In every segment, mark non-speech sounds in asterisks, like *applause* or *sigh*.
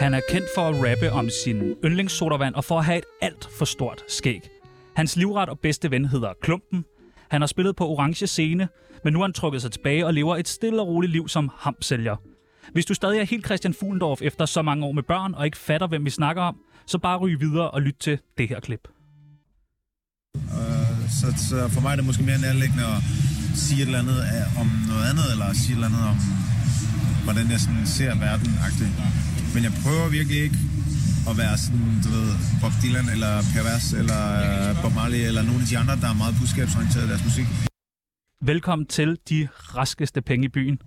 Han er kendt for at rappe om sin yndlingssodavand og for at have et alt for stort skæg. Hans livret og bedste ven hedder Klumpen. Han har spillet på Orange Scene, men nu har han trukket sig tilbage og lever et stille og roligt liv som hamsælger. Hvis du stadig er helt Christian Fuglendorf efter så mange år med børn og ikke fatter, hvem vi snakker om, så bare ryg videre og lyt til det her klip. Øh, så, så for mig er det måske mere nærliggende at sige et eller andet af- om noget andet, eller sige et eller andet om, hvordan jeg sådan ser verden -agtigt. Men jeg prøver virkelig ikke at være sådan, du ved, Bob Dylan, eller Pervers, eller øh, Bob Marley, eller nogle af de andre, der er meget budskabsorienteret i deres musik. Velkommen til de raskeste penge i byen.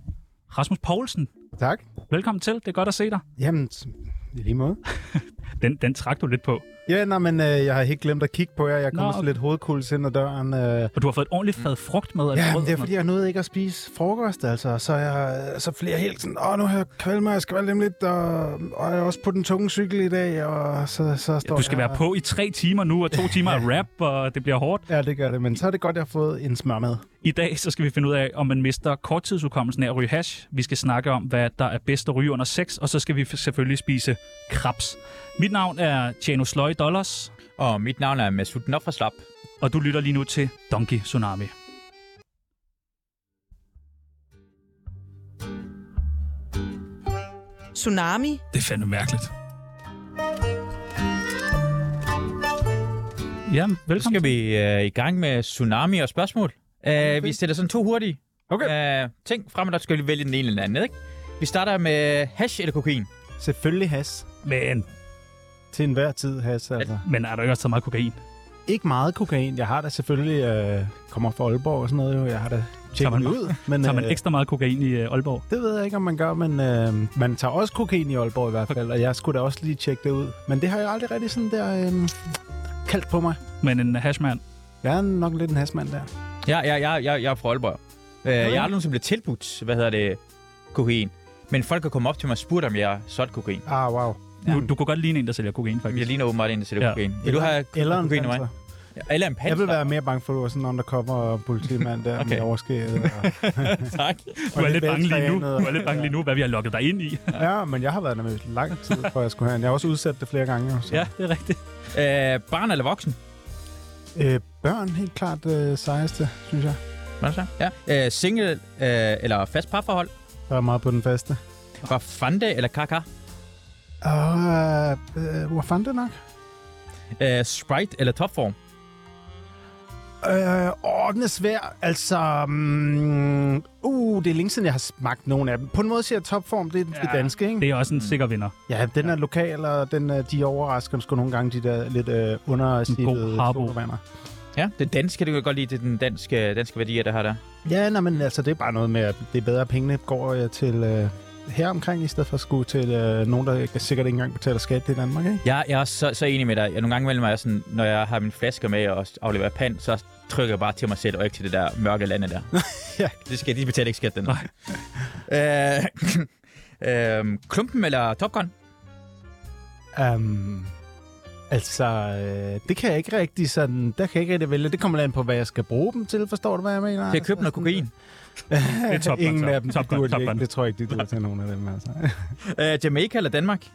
Rasmus Poulsen, Tak. velkommen til. Det er godt at se dig. Jamen, s- i lige måde. Den, den trak du lidt på. Ja, nej, men øh, jeg har helt glemt at kigge på jer. Jeg Nå, kommer okay. sådan lidt hovedkuls ind ad døren. Øh. Og du har fået et ordentligt fad frugt med. og et Ja, brød men det er og fordi, sådan jeg nåede ikke at spise frokost, altså. Så jeg, så flere helt sådan, åh, nu har jeg kvalmet mig, jeg skal være dem lidt, og, og jeg er også på den tunge cykel i dag, og så, så noget. står Du skal jeg, være på i tre timer nu, og to timer af rap, og det bliver hårdt. Ja, det gør det, men så er det godt, jeg har fået en smørmad. I dag så skal vi finde ud af, om man mister korttidsudkommelsen af at ryge hash. Vi skal snakke om, hvad der er bedst at ryge under sex, og så skal vi f- selvfølgelig spise krabs. Mit navn er Tjano Sløj Dollars, Og mit navn er Masud Nofreslap. og du lytter lige nu til Donkey Tsunami. Tsunami. Det er fandme mærkeligt. Ja, Så velkommen. skal vi øh, i gang med Tsunami og spørgsmål. Øh, vi stiller sådan to hurtige Okay. øh, ting frem, og der skal vi vælge den ene eller den anden, ikke? Vi starter med hash eller kokain. Selvfølgelig has. Men, Til enhver tid has, altså. men er der ikke også så meget kokain? Ikke meget kokain. Jeg har da selvfølgelig, øh, kommer fra Aalborg og sådan noget jo, jeg har da Tager tjekket man- det ud. Men, Tager man øh, ekstra meget kokain i øh, Aalborg? Det ved jeg ikke, om man gør, men øh, man tager også kokain i Aalborg i hvert fald, og jeg skulle da også lige tjekke det ud. Men det har jeg aldrig rigtig sådan der øh, kaldt på mig. Men en hashmand? Jeg er nok lidt en hasmand der. Ja, ja, ja, ja, jeg er fra Aalborg. Øh, jeg har aldrig nogensinde blevet tilbudt, hvad hedder det, kokain. Men folk har kommet op til mig og spurgt, om jeg har solgt kokain. Ah, wow. Ja. Du, du kunne godt ligne en, der sælger kokain, faktisk. Jeg ligner åbenbart en, der sælger Ja. ja. kokain. Vil du have Eller en kokain af mig? panser. Ja, Eller en panser. Jeg vil være mere bange for, at du er sådan en undercover politimand der okay. med Okay. *laughs* overskæg. *laughs* Tak. Du er lidt bange lige nu. Du er lidt bange lige nu, hvad vi har lukket dig ind i. Ja, men jeg har været nervøs lang tid, før jeg skulle have en. Jeg har også udsat det flere gange. jo, Så. Ja, det er rigtigt. Øh, barn eller voksen? Øh, børn helt klart øh, sejeste, synes jeg. Hvad så? Ja. Øh, single øh, eller fast parforhold? Der er meget på den faste. Var Fante eller Kaka? Og øh, hvor fandt det nok? Øh, Sprite eller Topform? Øh, åh, den er svær. Altså, um, uh, det er længe siden, jeg har smagt nogen af dem. På en måde siger jeg topform, det er ja, det Ja, danske, ikke? Det. Det er også en sikker vinder. Ja, den er lokal, og den, øh, de overrasker sgu nogle gange, de der lidt øh, undersidede harbo. sodavander. Ja, det danske, det kan jeg godt lide. Det er den danske, danske værdier, der har der. Ja, nej, men altså, det er bare noget med, at det er bedre, at pengene går øh, til øh, her omkring, i stedet for at skulle til øh, nogen, der sikkert ikke engang betaler skat i Danmark, ikke? Jeg, jeg er så, så enig med dig. Jeg, nogle gange mellem mig sådan, når jeg har mine flasker med og afleverer pand, så trykker jeg bare til mig selv, og ikke til det der mørke *laughs* lande der. Ja. Det skal de betale ikke skat, den. Nej. *laughs* Øh, øh, klumpen eller Top Gun? Um, altså, øh, det kan jeg ikke rigtig sådan, der kan jeg ikke rigtig vælge. Det kommer an på, hvad jeg skal bruge dem til, forstår du, hvad jeg mener? Til at købe Altså, noget sådan- kokain. Det er top Ingen top, af dem, top, top, top, top, top, ikke. top. Det tror jeg ikke, de duer til nogen af dem, altså. Øh, Jamaica eller Danmark? *laughs*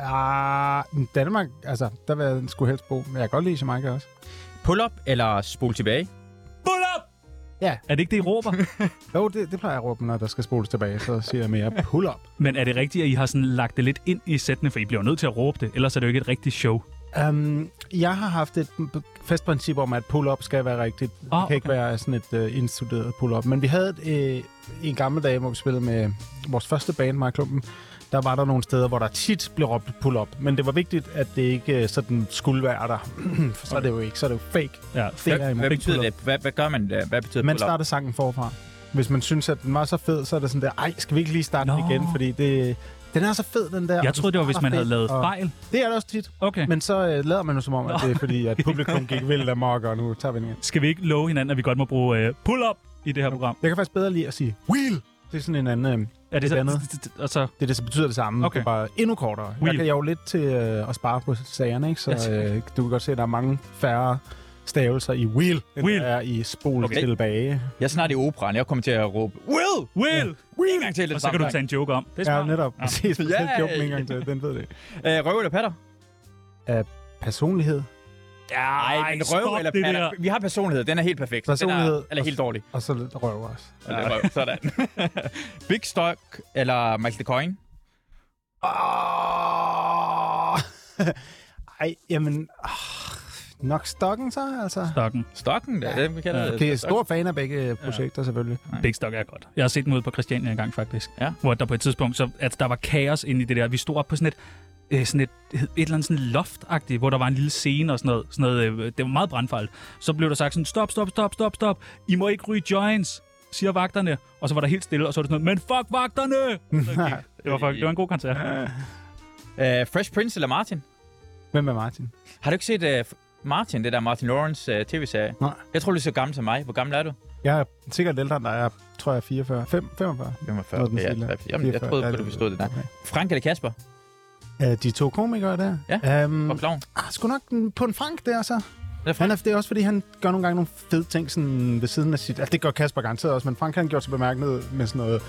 Ah, men Danmark, altså, der vil jeg sgu helst bo. Men jeg kan godt lide Jamaica også. Pull-up eller spol tilbage? Pull up! Ja. Er det ikke det, I råber? Jo, det, det plejer jeg at råbe, når der skal spoles tilbage, så siger jeg *laughs* mere pull up. Men er det rigtigt, at I har sådan lagt det lidt ind i sættene, for I bliver jo nødt til at råbe det, ellers er det jo ikke et rigtigt show. Um, jeg har haft et b- fast princip om, at pull-up skal være rigtigt. Oh, det kan okay. ikke være sådan et uh, indstuderet pull-up. Men vi havde et, uh, en gammel dag, hvor vi spillede med vores første band, Mark Klumpen. Der var der nogle steder, hvor der tit blev råbt pull-up. Men det var vigtigt, at det ikke øh, sådan skulle være der. *clears throat* For så er det jo ikke, så er det jo fake. Ja. Det Hvad, er jeg imod. hvad betyder Pull-up. det? Hvad, hvad gør man? øh, Hvad betyder Man pull-up? starter sangen forfra. Hvis man synes, at den var så fed, så er det sådan der, ej, skal vi ikke lige starte den Nå. igen? Fordi det, den er så fed, den der. Jeg og den troede, det var, hvis starter man havde fedt, lavet og- fejl. Det er det også tit. Okay. Men så øh, lader man jo som om, at det er fordi, at *laughs* publikum gik vildt amok, og nu tager vi den igen. Skal vi ikke love hinanden, at vi godt må bruge øh, pull up i det her program? Jeg kan faktisk bedre lide at sige wheel. Det er sådan en anden... Øh, Er det Et andet. så? *laughs* Og så det, er det så betyder det samme. Okay. Det er bare endnu kortere. Wheel. Wheel. Jeg kan jo lidt til øh, at spare på sagerne, ikke? Ja, tak. så øh, du kan godt se, at der er mange færre stavelser i wheel, end Wheel. der er i spol Okay. okay. tilbage. Jeg er snart i operan. Jeg kommer til at råbe, Will! Will! Will! En gang til, Og så kan du tage en joke om. Det er Ja, smart. netop. Ja. Præcis. Ja, Yeah. ja, Joke ja. en gang til, den ved det. tage... røv eller Øh, patter? Personlighed. Ja, Ej, men røv stop eller det der. patter? Vi har personlighed. Den er helt perfekt. Den Personlighed. er, eller helt dårlig. Og så lidt røv også. Eller røv. *laughs* Sådan. Big Stock eller Michael Coin? Oh! *laughs* Ej, jamen... Oh, nok stokken så, altså. Stokken. Stokken, der. Den, vi kalder det. Det er stor fan af begge øh, projekter, selvfølgelig. Big Stock er godt. Jeg har set dem ude på Christiania engang, faktisk. Ja. Hvor der på et tidspunkt, så, at der var kaos inde i det der. Vi stod op på sådan et, øh, sådan et, et eller andet sådan loft hvor der var en lille scene og sådan noget. Sådan noget øh, det var meget brandfarligt. Så blev der sagt sådan, stop, stop, stop, stop, stop. I må ikke ryge joints, siger vagterne. Og så var der helt stille, og så var det sådan noget, men fuck *laughs* vagterne! Så gik- det, var, fuck, det var en god koncert. Øh, Fresh Prince eller Martin? Hvem er Martin? Har du ikke set øh, Martin, det der Martin Lawrence øh, tv-serie? Nej. Jeg tror, du er så gammel som mig. Hvor gammel er du? Jeg er sikkert ældre end dig. Jeg er, tror, jeg er 44. 5, 45. 45. Noget den Ja, stil der. jamen, jeg 44. troede, Ja, at du det- forstod det der. okay. Frank eller Kasper? Uh, de to komikere der. Ja, Um, Og Klovn? ah, sgu nok den- på en Frank der, så. Det er Frank. Han er, det er også, fordi han gør nogle gange nogle fede ting sådan ved siden af sit... Altså, det gør Kasper garanteret også, men Frank han gjort sig bemærket med sådan noget...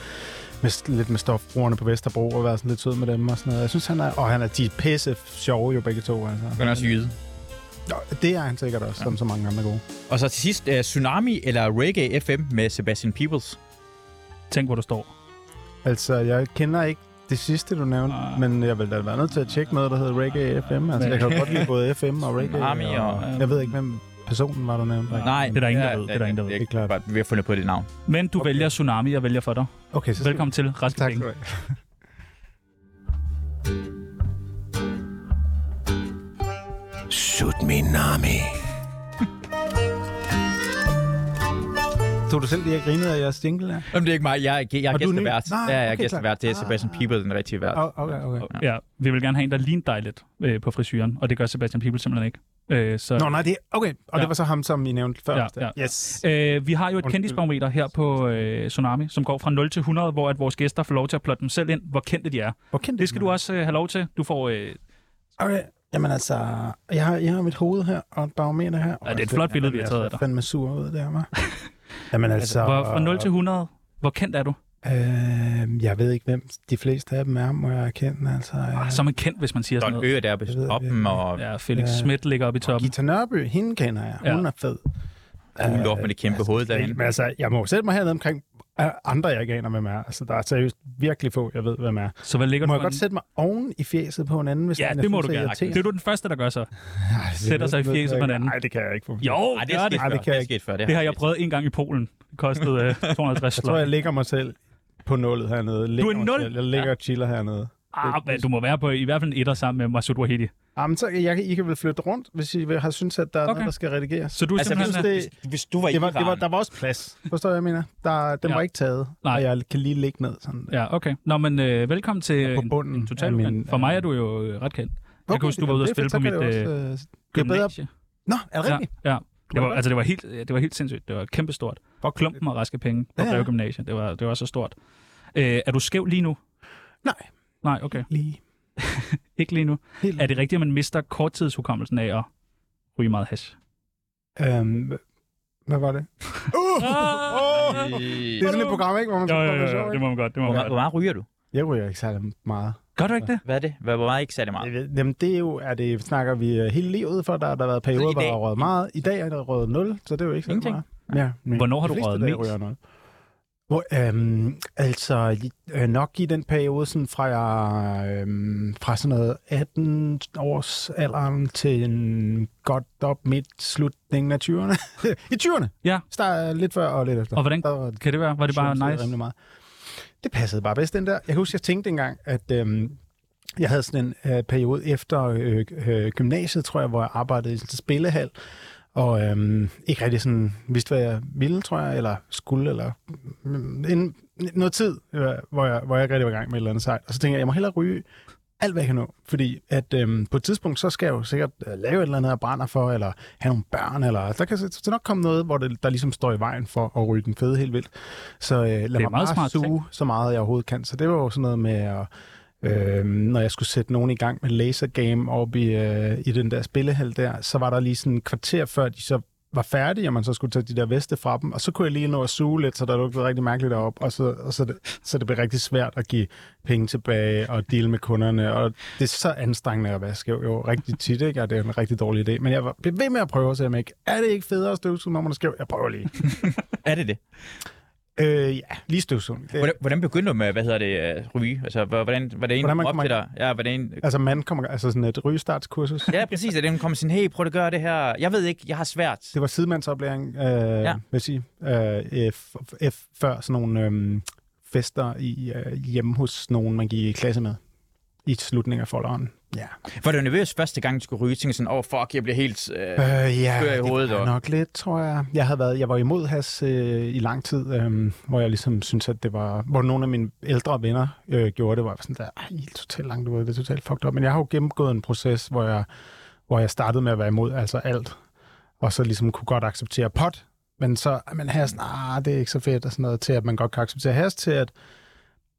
Med, s- lidt med stofbrugerne på Vesterbro og være sådan lidt sød med dem og sådan noget. Jeg synes, han er... Og han er de er pisse sjove jo begge to, altså. Han er også jyde. Nå, Det er han sikkert også, ja. som så mange andre gode. Og så til sidst, øh, Tsunami eller Reggae FM med Sebastian Peebles? Tænk, hvor du står. Altså, jeg kender ikke det sidste, du nævnte, Nej. men jeg vil da være nødt til at tjekke noget, der hedder Reggae FM. Altså, jeg kan jo godt lide både FM og Reggae. Tsunami og- Jeg ved ikke, hvem personen var, du nævnte. Nej, det er der ingen, der ved. Det er der ingen, der ved. Det Det er er klart. klart. Vi har fundet på det navn. Men du okay. vælger Tsunami, jeg vælger for dig. Okay, så skal Velkommen til vi- Raske Tak skal Penge. du have. Sut min nami. Tog du selv lige at grine af jeres jingle der? Jamen, det er ikke mig. Jeg er, jeg er Og du er ny? gæstevært. Nej, ja, jeg er okay, gæstevært. Det er klar. Ah, Sebastian Peebles, den rigtige vært. Oh, okay, okay. Ja, vi vil gerne have en, der ligner dig lidt øh, på frisyren, og det gør Sebastian Pibel simpelthen ikke. Øh, så, Nå, nej, det er... Okay, og Ja. det var så ham, som I nævnte før. Ja, der. Yes. Øh, vi har jo et Undskyld. kendisbarometer her på øh, Tsunami, som går fra 0 til 100, hvor at vores gæster får lov til at plotte dem selv ind, hvor kendte de er. Hvor kendt Det skal du også øh, have lov til. Du får... Øh, ja, Okay, jamen altså... Jeg har, jeg har mit hoved her og et barometer her. det er et flot billede, vi har taget af dig. Jeg er fandme sur ud der, hva'? *laughs* jamen altså... Hvor, fra 0 til 100, hvor kendt er du? Øh, jeg ved ikke, hvem de fleste af dem er, må jeg erkende. Altså, Ah, øh, Som er kendt, hvis man siger sådan Don noget. Ø er der på Jeg ved det toppen, virkelig. og Ja, Felix Ja. Schmidt ligger oppe i toppen. Gita Nørby, hende kender jeg. Ja. Hun er fed. Øh, hun lå op med det kæmpe hoved derinde. Men altså, jeg må jo sætte mig hernede omkring øh, andre, jeg ikke aner, hvem er. Altså, der er seriøst virkelig få, jeg ved, hvem er. Så hvad ligger Må du jeg på godt en- sætte mig oven i fjeset på en anden, hvis Ja, den, jeg det må synes du er gerne. irriterende? Det er du den første, der gør så. Ej, det sætter sig i ved jeg fjeset ikke. på en anden. Nej, det kan jeg ikke. For Jo, Ej, det det er gør sket det. Ej, før. det kan jeg er sket før. Det har jeg prøvet en gang i Polen. Det kostede øh, 250 *laughs* Jeg tror, slot. jeg ligger mig selv på nullet hernede. Ligger er mig nul? selv. Jeg ligger og chiller hernede. Ah, men du må være på i hvert fald en etter sammen med Masoud Wahidi. Jamen, så jeg, kan- I kan vel flytte rundt, hvis I vil- har synes, at der er Okay. noget, der skal redigeres. Så du er Altså, simpelthen... øh, hvis, synes, det, hvis, hvis du var i øh, Det var, det var, Iran, der var også plads, forstår jeg, jeg mener? Der, den Ja. ja. var ikke taget, Nej. Nej. og jeg kan lige ligge ned sådan der. Ja, okay. Nå, men øh, velkommen til på en- bunden en total af min- ukendt. For mig er du jo øh, ret kendt. Okay, jeg kan huske, du var ude og spille på mit øh, Det, er fedt, så kan det, gymnasie. også, øh, det er bedre. Nå, er det Ja, rigtigt? ja. Det var, da- altså, det var, helt, det var helt sindssygt. Det var kæmpestort. Og klumpen og raske penge på Ja, ja. Greve Gymnasium. Det var, det var så stort. Øh, er du skæv lige nu? Nej. Nej, okay. Lige. Ikke lige nu. Helt. Er det rigtigt, at man mister korttidshukommelsen af at ryge meget hash? Øhm, hvad var det? uh! Ah! Det er sådan et program, ikke? Hvor man Jo, skal jo, prøve at jo, jo, være sjov, det ikke? må man godt. Det må hvor, man meget- hvor godt. meget ryger du? Jeg ryger ikke særlig meget. Gør du ikke det? Hvad er det? Hvad, hvor meget ikke særlig meget? Jeg ved- Jamen, det er jo, er det, snakker vi øh, hele livet for, der har der været perioder, i hvor dag- jeg har røget meget. I dag er der røget 0, så det er jo ikke så Ingenting. meget. Ja, men Hvornår har de du fleste røget dage mest? ryger jeg noget. Hvor, øhm, altså, øh, nok i den periode, sådan fra, jeg, øhm, fra sådan noget 18 års alderen til en godt op midt slutningen af 20'erne. *laughs* I 20'erne? Ja. Start, øh, lidt før og lidt efter. Og hvordan Der var- kan det være? Var det bare synes jeg nice? Rimelig meget. Det passede bare bedst, den der. Jeg kan huske, jeg tænkte engang, at øhm, jeg havde sådan en øh, periode efter øh, øh, gymnasiet, tror jeg, hvor jeg arbejdede i sådan en spillehal, og øhm, ikke rigtig sådan vidste, hvad jeg ville, tror jeg, eller skulle, eller mm, en, noget tid, øh, hvor, jeg, hvor jeg ikke rigtig var i gang med et eller andet sejt. Og så tænkte jeg, jeg må hellere ryge alt, hvad jeg kan nå. Fordi at øhm, på et tidspunkt, så skal jeg jo sikkert øh, lave et eller andet, jeg brænder for, eller have nogle børn, eller der kan så, så nok komme noget, hvor det, der ligesom står i vejen for at ryge den fede helt vildt. Så øh, lad er mig meget bare smart suge tænkt. så meget, jeg overhovedet kan. Så det var jo sådan noget med at Øh, når jeg skulle sætte nogen i gang med lasergame op i, øh, i den der spillehal der, så var der lige sådan en kvarter før, de så var færdige, og man så skulle tage de der veste fra dem, og så kunne jeg lige nå at suge lidt, så der lugtede rigtig mærkeligt derop, og så, og så, det, så det blev rigtig svært at give penge tilbage og dele med kunderne, og det er så anstrengende at vaske jo, jo rigtig tit, ikke? og det er en rigtig dårlig idé, men jeg var, blev ved med at prøve, så jeg ikke, er det ikke federe at støvsuge, når man er skæv? Jeg prøver lige. Er det det? øh, ja, lige støvsugning. Det, Hvordan, hvordan begyndte du med, hvad hedder det, øh, ryge? Altså, hvor- hvordan var det en Hvordan man op kommer til dig? Ja, var det en... altså man kommer, altså sådan et rygestartskursus. Ja, præcis. At den kom sådan, hey, prøv at gøre det her. Jeg ved ikke, jeg har svært. Det var sidemandsoplæring, øh, ja. vil jeg sige, øh, f- f- før sådan nogle øh, fester i, øh, hjemme hos nogen, man gik i klasse med i slutningen af folderen. Ja, Var du nervøs første gang, du skulle ryge? Tænkte sådan, åh, oh, fuck, jeg bliver helt... Øh, øh, ja Skør i det hovedet, var og- nok lidt, tror jeg. Jeg havde været, jeg var imod has øh, i lang tid, øh, hvor jeg ligesom syntes, at det var, hvor nogle af mine ældre venner øh, gjorde det, hvor jeg var sådan der, ej, I er totalt langt ud, det er totalt fucked up. Men jeg har jo gennemgået en proces, hvor jeg, hvor jeg startede med at være imod altså alt, og så ligesom kunne godt acceptere pot, men så, men has, nah, det er ikke så fedt, og sådan noget, til at man godt kan acceptere has, til at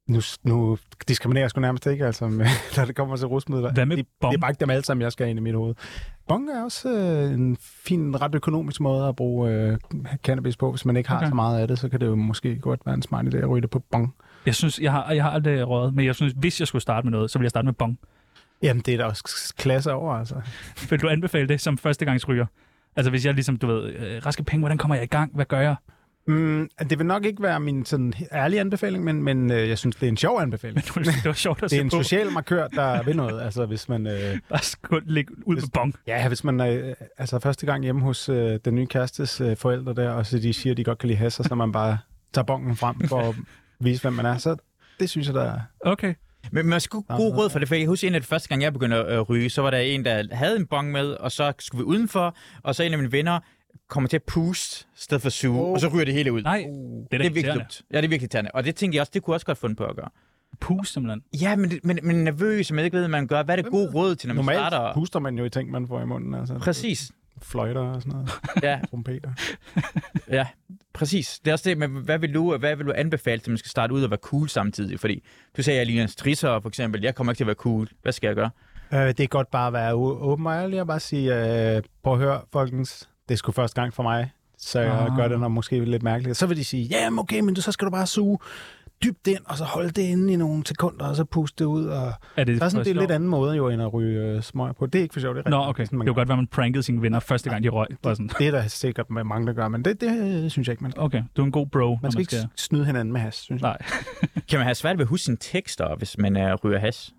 nu, nu diskriminerer jeg sgu nærmest ikke, altså, *laughs* med, når det kommer til rusmidler. Hvad med det, bong? det er bare ikke dem alle sammen, jeg skal have ind i mit hoved. Bong er også øh, en fin, ret økonomisk måde at bruge øh, cannabis på. Hvis man ikke har Okay. okay. så meget af det, så kan det jo måske godt være en smart idé at ryge det på bong. Jeg synes, jeg har, jeg har aldrig røget, men jeg synes, hvis jeg skulle starte med noget, så ville jeg starte med bong. Jamen, det er da også klasse over, altså. Vil du anbefale det som førstegangsryger? Altså hvis jeg ligesom, du ved, øh, raske penge, hvordan kommer jeg i gang? Hvad gør jeg? *laughs* Mm, det vil nok ikke være min sådan ærlige anbefaling, men, men øh, jeg synes, det er en sjov anbefaling. Du synes, det var sjovt *laughs* at Det se er en på. social markør, der vil noget. Altså, hvis man... Øh, Bare skulle ligge ud med bong. Ja, hvis man er altså, første gang hjemme hos øh, den nye kærestes øh, forældre der, og så de siger, at de godt kan lide hasser, så man bare tager bongen frem for at vise, hvem man er, så det synes jeg, der er. Okay. Men man skulle god råd for det, for jeg husker en af de første gange, jeg begyndte at øh, ryge, så var der en, der havde en bong med, og så skulle vi udenfor, og så en af mine venner kommer til at puste, i stedet for at suge, oh. og så ryger det hele ud. Nej, det er da det er virkelig irriterende. dumt. Ja, det er virkelig tærende. Og det tænkte jeg også, det kunne jeg også godt finde på at gøre. Pus simpelthen. Ja, men, men, men nervøs, og man ikke ved, hvad man gør. Hvad er det gode råd til, når man Normalt starter? puster man jo i ting, man får i munden, altså Præcis. fløjter og sådan noget, Ja, trompeter. *laughs* ja, præcis. Det er også det, men hvad vil du, hvad vil du anbefale, at man skal starte ud og være cool samtidig? Fordi du sagde, at jeg ligner en strisser, for eksempel. Jeg kommer ikke til at være cool. Hvad skal jeg gøre? Øh, det er godt bare at være å- åben og ærlig og bare sige, øh, prøv at høre, folkens, det er sgu første gang for mig, så jeg Ah. gør det nok måske lidt mærkeligt. Så vil de sige, ja, yeah, okay, men du, så skal du bare suge dybt ind, og så holde det inde i nogle sekunder, og så puste det ud, og Er det, Det er, sådan, det er for en lidt sjovt? anden måde jo, end at ryge øh, smøg på. Det er ikke for sjovt, det er Nå, rigtigt. okay. Sådan, Det man kunne godt være, man prankede sine venner første gang, de røg. Bare sådan. gør. det er der sikkert med mange, der gør, men det, det øh, synes jeg ikke, man skal. Okay, du er en god bro, når Man skal ikke snyde hinanden med has, synes jeg. Nej. Kan man have svært ved at huske sine tekster, hvis man øh, ryger hash?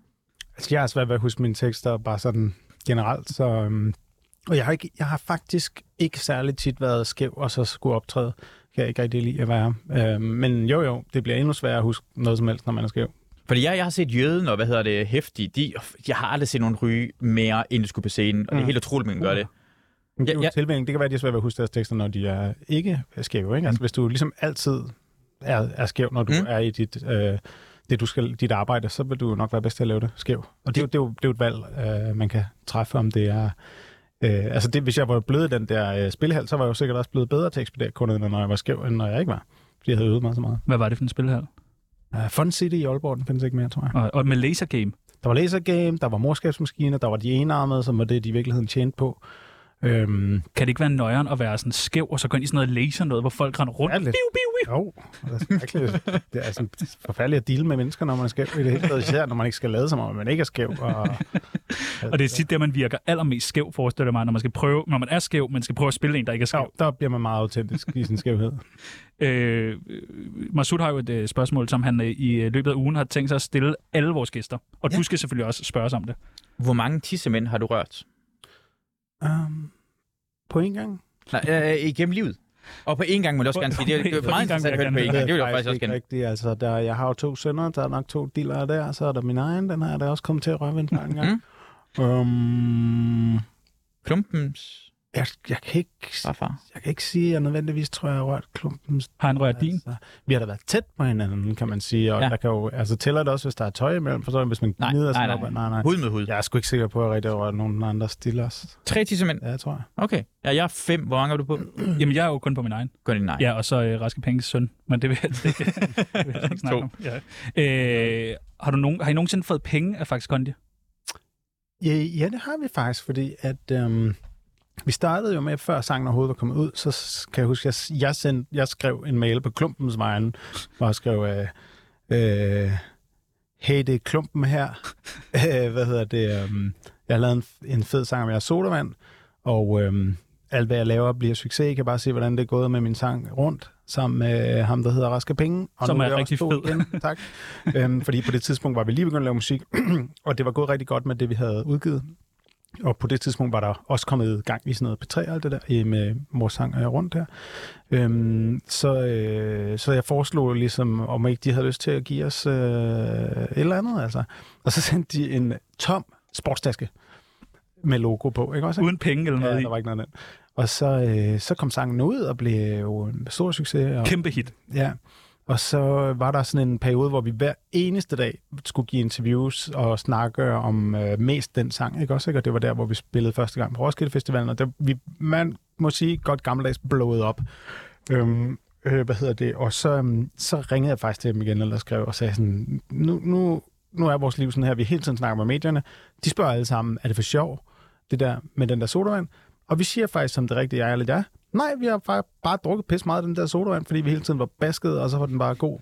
Altså, jeg har svært ved at huske mine tekster, bare sådan generelt, så... Øhm, og jeg har, ikke, jeg har faktisk ikke særlig tit været skæv, og så skulle optræde. Kan jeg ikke rigtig lide at være. Øhm, men jo, jo, det bliver endnu sværere at huske noget som helst, når man er skæv. Fordi jeg, jeg har set Jøden og, hvad hedder det, Hæftige, de, jeg har aldrig set nogen ryge mere, end de skulle på scenen, og det er Mm. helt utroligt, man gør det. Men det er Ja, jo ja. ja. tilvænning. Det kan være, at de er svært ved at huske deres tekster, når de er ikke skæve. Ikke? Altså, hvis du ligesom altid er, er skæv, når du Mm. mm. er i dit, øh, det, du skal, dit arbejde, så vil du jo nok være bedst til at lave det skæv. Og det, er jo- det, er, jo, det er jo et valg, øh, man kan træffe, om det er... Øh, altså, det, hvis jeg var blevet i den der øh, spilhal, så var jeg jo sikkert også blevet bedre til at ekspedere kunderne, når jeg var skæv, end når jeg ikke var. Fordi jeg havde øvet mig så meget. Hvad var det for en spilhal? Uh, Fun City i Aalborg, den findes ikke mere, tror jeg. Og, og med lasergame. Der var lasergame, der var morskabsmaskiner, der var de enarmede, som var det, de i virkeligheden tjente på. Øhm, Kan det ikke være nøjeren at være sådan skæv, og så gå ind i sådan noget laser noget, hvor folk render rundt? Ja, lidt. Biu, biu, biu. Jo, det er, sådan virkelig- det er sådan forfærdeligt at dele med mennesker, når man er skæv i det hele taget, især når man ikke skal lade som om, at man ikke er skæv. Og, Og det er tit der, man virker allermest skæv, forestiller jeg mig, når man, skal prøve, når man er skæv, man skal prøve at spille en, der ikke er skæv. jo, der bliver man meget autentisk i sin skævhed. Øh, Masud har jo et øh, spørgsmål, som han øh, i øh, løbet af ugen har tænkt sig at stille alle vores gæster. Og ja. du skal selvfølgelig også spørge os om det. Uh. Hvor mange tissemænd har du rørt? Um, på en gang? Nej, øh, igennem livet. Og på én gang må jeg også gerne sige, det er, det er På én meget gang vil interessant jeg at høre gerne høre. det *laughs* på én gang. Det vil jeg faktisk også ikke gerne. rigtigt. Altså, der, jeg har jo to sønner, der er nok to diller der, så er der min egen, den har Mhm. Hmm? jeg da også kommet til at røve en par en gang. Mm. Um, Klumpens jeg, jeg, kan ikke, Farfar. jeg kan ikke sige, at jeg nødvendigvis tror, jeg har rørt klumpen. Har han rørt din? Altså, vi har da været tæt på hinanden, kan man sige. Og Ja. ja. der kan jo, altså, tæller det også, hvis der er tøj imellem, for så hvis man Nej, gnider nej, sig nej, op. ad- Nej, nej. Hud med hud. Ja. Jeg er sgu ikke sikker på, at jeg rigtig har rørt nogen andre stillers. Tre tissemænd. Ja, tror jeg. Okay. Ja, jeg er fem. Hvor mange er du på? Altså. Jamen, jeg er jo kun på min egen. Kun en nej. Ja, og så øh, Raske Penges søn, men det vil jeg, *laughs* det, det vil jeg ikke snakke To. om. Ja. Øh, har, du nogen, har I nogensinde fået penge af Faxe Kondi? Ja, ja, det har vi faktisk, fordi at øhm, vi startede jo med, før sangen overhovedet var kommet ud, så s- kan jeg huske, at jeg, jeg, sendte, jeg skrev en mail på klumpens vejen, hvor jeg skrev, øh, øh, hey, det er klumpen her. *laughs* Øh, Hvad hedder det? øhm, Jeg har lavet en, en fed sang om jeres sodavand, og øhm, alt, hvad jeg laver, bliver succes. Jeg kan bare se, hvordan det er gået med min sang rundt, sammen med ham, der hedder Raske Penge. Og Som nu er jeg også rigtig to fed. *laughs* Igen. Tak. øhm, fordi på det tidspunkt var vi lige begyndt at lave musik, *clears throat* og det var gået rigtig godt med det, vi havde udgivet. Og på det tidspunkt var der også kommet gang i sådan noget P3 og alt det der, øh, med vores sang øh, rundt der. Øhm, så, øh, så jeg foreslog ligesom, om ikke de havde lyst til at give os øh, et eller andet, altså. Og så sendte de en tom sportstaske med logo på, ikke også? Uden penge eller noget ja, ja, i? der var ikke noget af den. Og så, øh, så kom sangen ud og blev jo en stor succes. Og, Kæmpe hit. ja. Og så var der sådan en periode, hvor vi hver eneste dag skulle give interviews og snakke om øh, mest den sang, ikke også? Ikke? Og det var der, hvor vi spillede første gang på Roskilde Festivalen, og der, vi, man må sige godt gammeldags blowet op. Øhm, øh, hvad hedder det? Og så, øhm, så ringede jeg faktisk til dem igen, eller skrev og sagde sådan, nu, nu, nu er vores liv sådan her, vi hele tiden snakker med medierne. De spørger alle sammen, er det for sjov, det der med den der sodavand? Og vi siger faktisk, som det rigtige er eller ja. Nej, vi har bare, bare drukket pis meget af den der sodavand, fordi vi hele tiden var basket, og så var den bare god.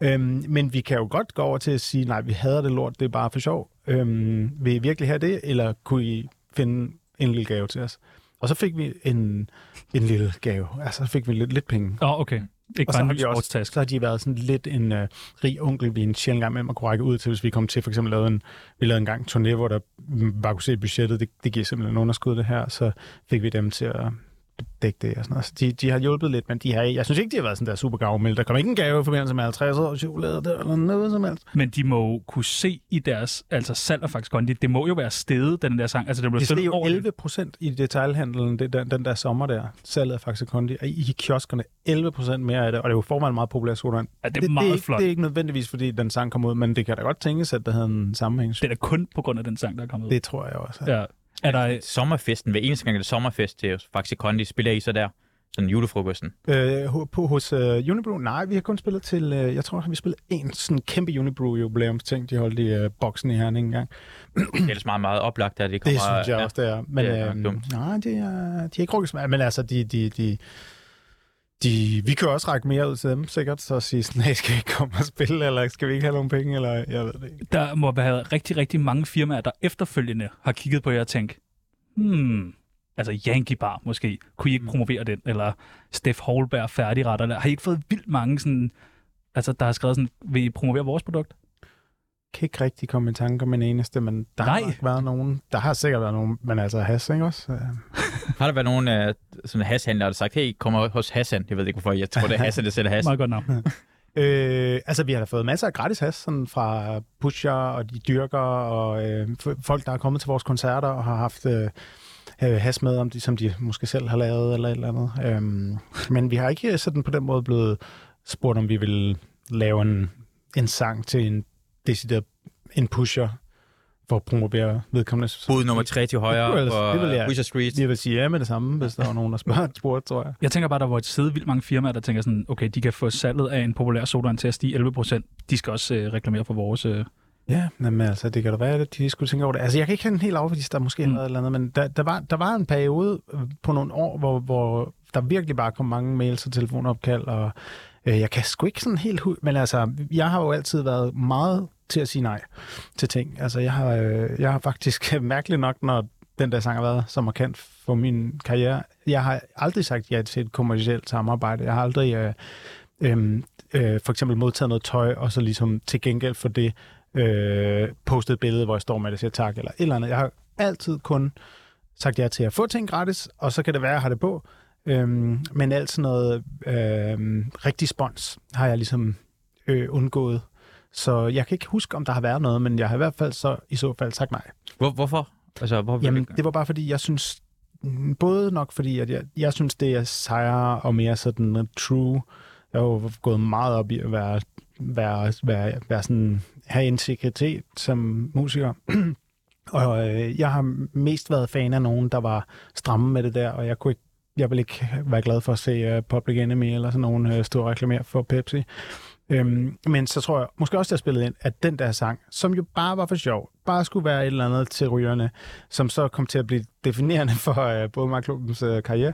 Øhm, men vi kan jo godt gå over til at sige, nej, vi hader det lort, det er bare for sjov. Øhm, vil I virkelig have det, eller kunne I finde en lille gave til os? Og så fik vi en, en lille gave. Altså, så fik vi lidt, lidt penge. Åh, oh, okay. Ikke Og så bare en har, ny de også, sportstask. så har de været sådan lidt en øh, rig onkel, vi en sjældent gang imellem at kunne række ud til, hvis vi kom til for eksempel lavede en, vi lavede en gang en turné, hvor der mm, bare kunne se budgettet, det, det giver simpelthen underskud det her, så fik vi dem til at dække det og sådan noget. Så de, de har hjulpet lidt, men de har, jeg synes ikke, de har været sådan der super gavmilde. Der kommer ikke en gave i forbindelse med 50 år chokolade der, eller noget som helst. Men de må jo kunne se i deres, altså salg af Faxe Kondi, det må jo være steget, den der sang. Altså, det blev Det er sælget jo over 11 procent i detailhandelen, det, den, den der sommer der, salget af Faxe Kondi, og i kioskerne 11 procent mere af det, og det er jo formand meget populær sodavand. Ja, det er det, meget det, er ikke, flot. det er ikke nødvendigvis, fordi den sang kom ud, men det kan da godt tænkes, at der havde en sammenhæng. Det er da kun på grund af den sang, der er kommet ud. Det tror jeg også. Ja. Ja. Er der, Sommerfesten. Hver eneste gang, det er sommerfest, det er jo faktisk Kondi. Spiller I så der? *clears throat* Sådan julefrokosten. Øh, ho- på, hos øh, Unibrew, nej, vi har kun spillet til, øh, jeg tror, vi spillede en sådan kæmpe Unibrew jubilæumsting, de holdt i øh, boksen i Herning engang. Det er ellers meget, meget oplagt, at det Det kommer... synes jeg ja. ja. også, det er. Men, Det er nok øh, dumt. nej, de er, de er ikke rukket så meget. Men altså, de, de, de, de, vi kan jo også række mere ud til dem, sikkert, så sige sådan, *laughs* hey, skal vi ikke komme og spille, eller skal vi ikke have nogen penge, eller jeg ved det ikke. der må være rigtig, rigtig mange firmaer, der efterfølgende har kigget på jer og tænkt, hmm, altså Yankee Bar måske, kunne I ikke promovere den? Eller Steff Holberg færdigretter? Eller, har I ikke fået vildt mange sådan, altså der har skrevet sådan, vil I promovere vores produkt? kan ikke rigtig komme i tanke om en eneste, men der Nej. har nok været nogen. Der har sikkert været nogen, men altså Hass, ikke også? Øh, Har der været nogen øh, sådan hashandler, der har sagt, hey, kommer hos Hassan? Jeg ved ikke, hvorfor jeg tror, det *laughs* er Hassan, der sælger Hassan. Meget godt navn. Øh, altså, vi har da fået masser af gratis hash sådan fra pusher og de dyrker og øh, f- folk, der er kommet til vores koncerter og har haft øh, øh, hash med, om de, som de måske selv har lavet eller et eller andet. Øhm, men vi har ikke sådan på den måde blevet spurgt, om vi vil lave en, en sang til en decideret en pusher for at promovere vedkommendes... Bud nummer 3 til højre Det vil- det vil på jeg- Pusher Street. Jeg vil sige ja med det samme, hvis der var nogen, der spurgte, spurgte, tror jeg. Jeg tænker bare, der var et sidde vildt mange firmaer, der tænker sådan, okay, de kan få salget af en populær sodavand til at stige 11 De skal også øh, reklamere for vores... Øh. Ja, men altså, det kan da være, at de skulle tænke over det. Altså, jeg kan ikke have den helt overbevist, der måske Mm. mm. noget eller andet, men der, der, var, der var en periode øh, på nogle år, hvor, hvor der virkelig bare kom mange mails og telefonopkald, og øh, jeg kan sgu ikke sådan helt... hu- Men altså, jeg har jo altid været meget til at sige nej til ting. Altså, jeg har, øh, jeg har faktisk *laughs* mærkeligt nok, når den der sang har været så markant for min karriere, jeg har aldrig sagt ja til et kommersielt samarbejde. Jeg har aldrig... Øh, øhm, øh, for eksempel modtaget noget tøj, og så ligesom til gengæld for det øh, postet et billede, hvor jeg står med det og siger tak, eller et eller andet. Jeg har altid kun sagt ja til at få ting gratis, og så kan det være, at jeg har det på. Øhm, men alt sådan noget øhm, rigtig spons har jeg ligesom øh, undgået. Så jeg kan ikke huske, om der har været noget, men jeg har i hvert fald så i så fald sagt nej. Hvor, hvorfor? Altså, hvorfor Jamen, det var bare fordi, jeg synes, mm, både nok fordi, at jeg, jeg synes, det er sejere og mere sådan øh, true. Jeg har jo gået meget op i at være, være, være, være sådan, have integritet som musiker. *clears throat* og øh, jeg har mest været fan af nogen, der var stramme med det der, og jeg kunne ikke jeg vil ikke være glad for at se uh, Public Enemy eller sådan nogen uh, stå og reklamere for Pepsi. Øhm, men så tror jeg måske også, der spillet ind, at den der sang, som jo bare var for sjov, bare skulle være et eller andet til rygerne, som så kom til at blive definerende *laughs* for øh, både Mark Klubbens øh, karriere,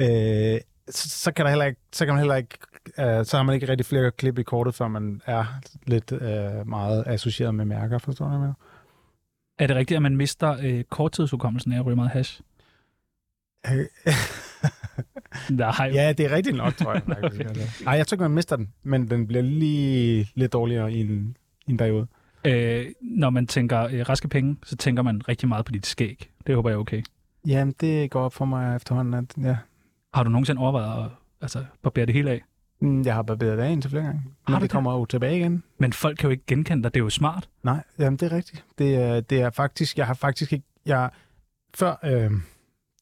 øh, så, så, kan der heller ikke, så kan man heller ikke, øh, så har man ikke rigtig flere klip i kortet, før man er lidt øh, meget associeret med mærker, forstår du, hvad jeg mener? Er det rigtigt, at man mister øh, korttidshukommelsen af at ryge meget hash? Øh, Nej, ja. Ja, det er rigtigt nok, tror jeg. faktisk. Altså. Nej, jeg tror ikke, man mister den, men den bliver lige lidt dårligere i en, i en periode. øh, når man tænker øh, raske penge, så tænker man rigtig meget på dit skæg. Det håber jeg er okay. Jamen, det går op for mig efterhånden, at ja. Har du nogensinde overvejet at altså, barbere det hele af? Mm, jeg har barberet det af indtil flere gange. Men Har har du det det? kommer jo tilbage igen. Men folk kan jo ikke genkende dig, det er jo smart. Nej, jamen, det er rigtigt. Det, er- det er faktisk, jeg har faktisk ikke, jeg, før øh,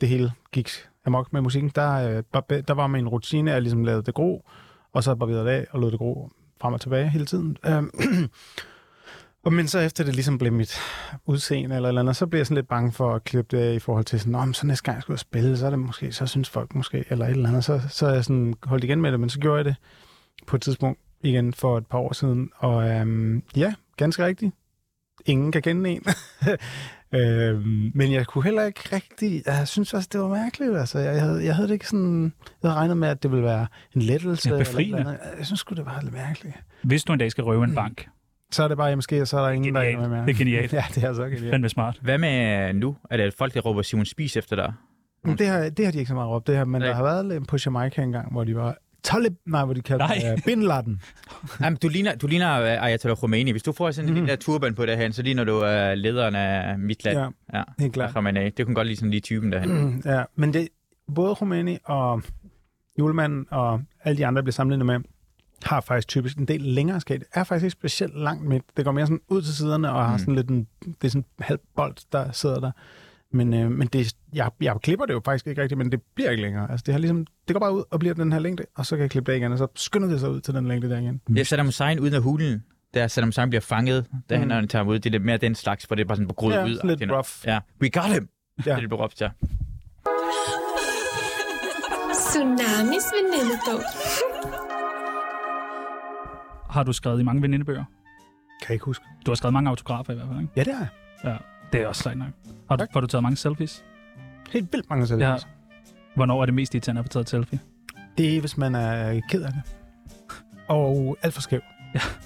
det hele gik amok med musikken, der, øh, barbe- der var med en rutine, jeg ligesom lavede det gro, og så barberede det af og lod det gro frem og tilbage hele tiden. Øh, *clears throat* og men så efter det ligesom blev mit udseende eller et eller andet, så blev jeg sådan lidt bange for at klippe det af i forhold til sådan, Nå, men så næste gang jeg skulle ud og spille, så er det måske, så synes folk måske, eller et eller andet, så, så er jeg sådan holdt igen med det, men så gjorde jeg det på et tidspunkt igen for et par år siden, og øhm, ja, ganske rigtigt. Ingen kan kende en. *laughs* øhm, men jeg kunne heller ikke rigtig, jeg synes også, det var mærkeligt, altså, jeg havde, jeg havde det ikke sådan, jeg havde regnet med, at det ville være en lettelse. Ja, eller et eller befriende. andet. Jeg synes sgu, det var lidt mærkeligt. Hvis du en dag skal røve Mm. en bank, Så er det bare, jamen, måske, så er der ingen, der Genialt. er med mere. Det er genialt. *laughs* Ja, det er så genialt. fandme smart. Hvad med øh, nu? Er det folk, der råber Simon Spies *laughs* efter dig? Men Det har, det har de ikke så meget råbt, det her, men Nej. der har været lidt på Jamaica engang, hvor de var Talib, nej, hvor de kaldte Nej. nej. Uh, Bin *laughs* Laden. Jamen, du ligner, du ligner øh, Ayatollah Khomeini. Hvis du får sådan mm. Mhm. den der turban på derhen, så ligner du øh, lederen af mit land. Ja, ja. helt klart. Khomeini. Det kunne godt lide sådan lige typen derhen. Mm, *clears throat* ja, men det, både Rumæni og julemanden og alle de andre, der bliver sammenlignet med, har faktisk typisk en del længere skæg. Det er faktisk ikke specielt langt midt. Det går mere sådan ud til siderne og har sådan lidt en, det er sådan en halv bold, der sidder der. Men, øh, men det, jeg, jeg klipper det jo faktisk ikke rigtigt, men det bliver ikke længere. Altså, det, har ligesom, det går bare ud og bliver den her længde, og så kan jeg klippe det af igen, og så skynder det sig ud til den længde der igen. Det er Saddam Hussein uden af hulen. Der Saddam Hussein bliver fanget, da mm. han Mm. når han tager ham ud. Det er lidt mere den slags, hvor det er bare sådan på grød Ja, ud. sådan lidt Det er- rough. Ja, we got him! Ja. Det er Ja. det, blev råbt til. Tsunamis venindebog. Har du skrevet i mange venindebøger? Kan jeg ikke huske. Du har skrevet mange autografer i hvert fald, ikke? Ja, det er jeg. Ja, det er også sejt nok. Har du, Tak. får du taget mange selfies? Helt vildt mange selfies. Ja. Hvornår er det mest irriterende at få taget et selfie? Det er, hvis man er ked af det. Og alt for skæv.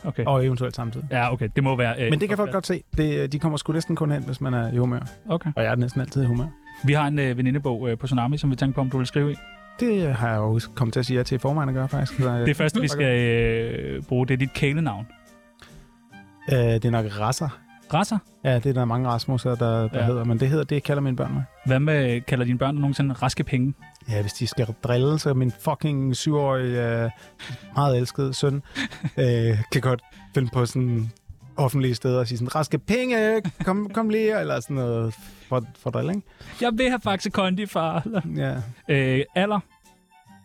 Okay. Og eventuelt samtidig. Ja, okay, det må være... Øh, Men det kan folk godt se. Det, øh, de kommer sgu næsten kun hen, hvis man er i humør. Okay. Og jeg er næsten altid i humør. Vi har en øh, venindebog øh, på Tsunami, som vi tænker på, om du vil skrive i. Det øh, har jeg jo kommet til at sige ja til i forvejen at gøre, faktisk. Så, øh, Det første, vi skal øh, bruge, det er dit kælenavn. øh, det er nok rasser. Rasser? Ja, det er der mange Rasmusser, der, der Ja. ja. hedder. Men det hedder, det kalder mine børn mig. Hvad med, kalder dine børn nogensinde raske penge? Ja, hvis de skal drille, så min fucking syvårige, øh, meget elskede søn, *laughs* øh, kan godt finde på sådan offentlige steder og sige sådan, raske penge, kom, kom lige, eller sådan noget for, for drill, ikke? Jeg vil have Faxe Kondi, far. Ja. Øh, alder?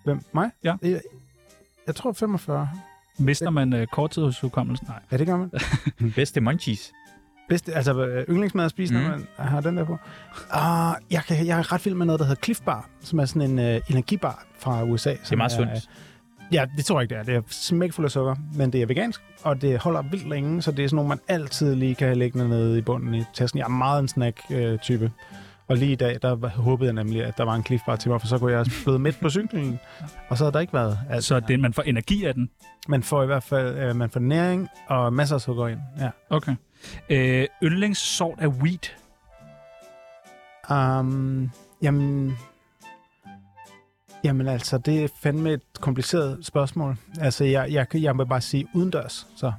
Hvem? Mig? Ja. Jeg, jeg tror 45. Mister man øh, korttidsudkommelsen? Nej. Ja, det gør man. Mhm. Bedste munchies. Bedste, altså øh, yndlingsmad at spise, mm. Mm. når man har den der på. Og jeg, kan, jeg er ret vild med noget, der hedder Cliff Bar, som er sådan en øh, energibar fra USA. Det er meget sundt. Ja, det tror jeg ikke, det er. Det er smækfuld af sukker, men det er vegansk, og det holder vildt længe, så det er sådan nogle, man altid lige kan have liggende nede i bunden i tasken. Jeg er meget en snack-type. Og lige i dag, der var- håbede jeg nemlig, at der var en Cliff Bar til mig, for så kunne jeg blive midt på cyklen, og så havde der ikke været. Altså, Så er det, man får energi af den. man får i hvert fald øh, man får næring og masser af sukker ind. Ja. Okay. Øh, yndlingssort af weed? Um, jamen, jamen altså, det er fandme et kompliceret spørgsmål. Altså, jeg, jeg, kan- jeg må bare sige udendørs, så.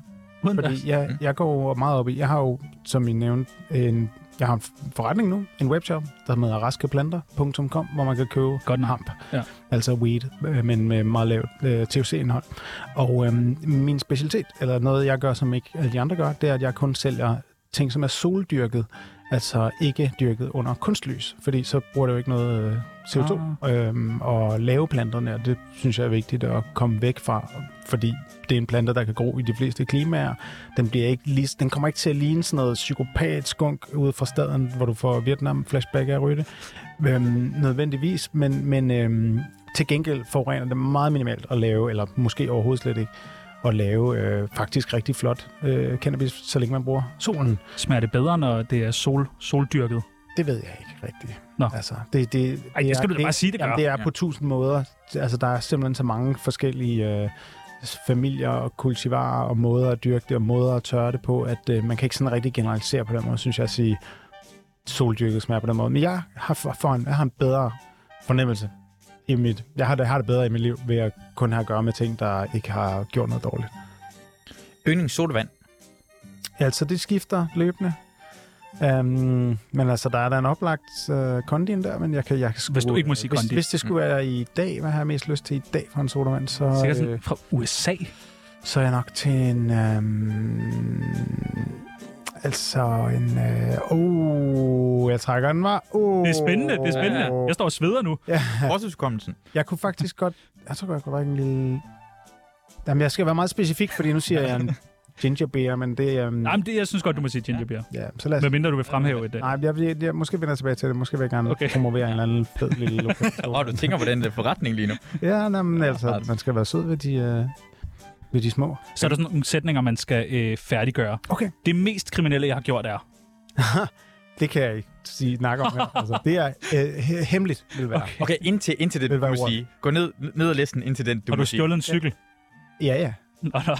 Udendørs? Mm. Fordi jeg, jeg går jo meget op i, jeg har jo, som I nævnte, en, jeg har en forretning nu, en webshop, der hedder raskeplanter.com, hvor man kan købe Godt navn. hamp, Ja. altså weed, øh, men med meget lavt øh, THC-indhold. Og øhm, min specialitet, eller noget jeg gør, som ikke alle de andre gør, det er, at jeg kun sælger ting, som er soldyrket altså ikke dyrket under kunstlys, fordi så bruger det jo ikke noget øh, CO2 øhm, og lave planterne, og det synes jeg er vigtigt at komme væk fra, fordi det er en plante, der kan gro i de fleste klimaer. Den, bliver ikke, lige- den kommer ikke til at ligne sådan noget psykopat skunk ude fra staden, hvor du får Vietnam-flashback af at ryge det. Øhm, nødvendigvis, men, men øhm, til gengæld forurener det meget minimalt at lave, eller måske overhovedet slet ikke, at lave øh, faktisk rigtig flot øh, cannabis, så længe man bruger solen. Smager det bedre, når det er sol, soldyrket? Det ved jeg ikke rigtigt. Nå. Altså, det, det, Ej, det skal du da er- bare sige, det gør. Jamen, det er Ja. på tusind måder. Altså, der er simpelthen så mange forskellige øh, familier og kultivarer og måder at dyrke det og måder at tørre det på, at øh, man kan ikke sådan rigtig generalisere på den måde, synes jeg at sige, soldyrket smager på den måde. Men jeg har, for, for en, jeg har en bedre fornemmelse i mit... Jeg har det, har det bedre i mit liv ved at kun have at gøre med ting, der ikke har gjort noget dårligt. Yndlings sodavand. Altså, det skifter løbende. Um, men altså, der er da en oplagt uh, kondien der, men jeg kan... Jeg kan sgu, Hvis du ikke må sige hvis, kondi. Mm. Hvis det skulle være i dag, hvad har jeg mest lyst til i dag for en sodavand, så, Sikkert øh, sådan fra USA. så er jeg nok til en... Um, altså, en... Åh, oh, jeg trækker den, var. Oh, Det er spændende, det er spændende. Jeg står og sveder nu. Årsagskommelsen. Jeg kunne faktisk godt... Jeg tror godt, jeg kunne række en lille... Jamen, jeg skal være meget specifik, fordi nu siger jeg *laughs* en ginger beer, men det... Um, Nej, men det, jeg synes godt, du må sige ginger beer. ja, så lad os Hvad mindre du vil fremhæve et... øh, Nej, jeg, jeg, jeg, måske vender jeg tilbage til det. Måske vil jeg gerne Okay. okay. promovere en eller anden fed lille *laughs* lokal. Åh, oh, du tænker på den der forretning *laughs* lige nu. ja, nej, men altså, man skal være sød ved de, øh, ved de små. Så er der sådan nogle sætninger, man skal øh, færdiggøre. Okay. Det mest kriminelle, jeg har gjort, er... Det kan jeg ikke sige nakke om *laughs* her. Altså, det er øh, he- hemmeligt, vil det være. Okay. Okay, indtil, indtil det, Det du var må ordet. sige. Gå ned, ned ad listen indtil den, du har må du sige. stjålet en cykel? *laughs* Ja, ja. Nå, nå.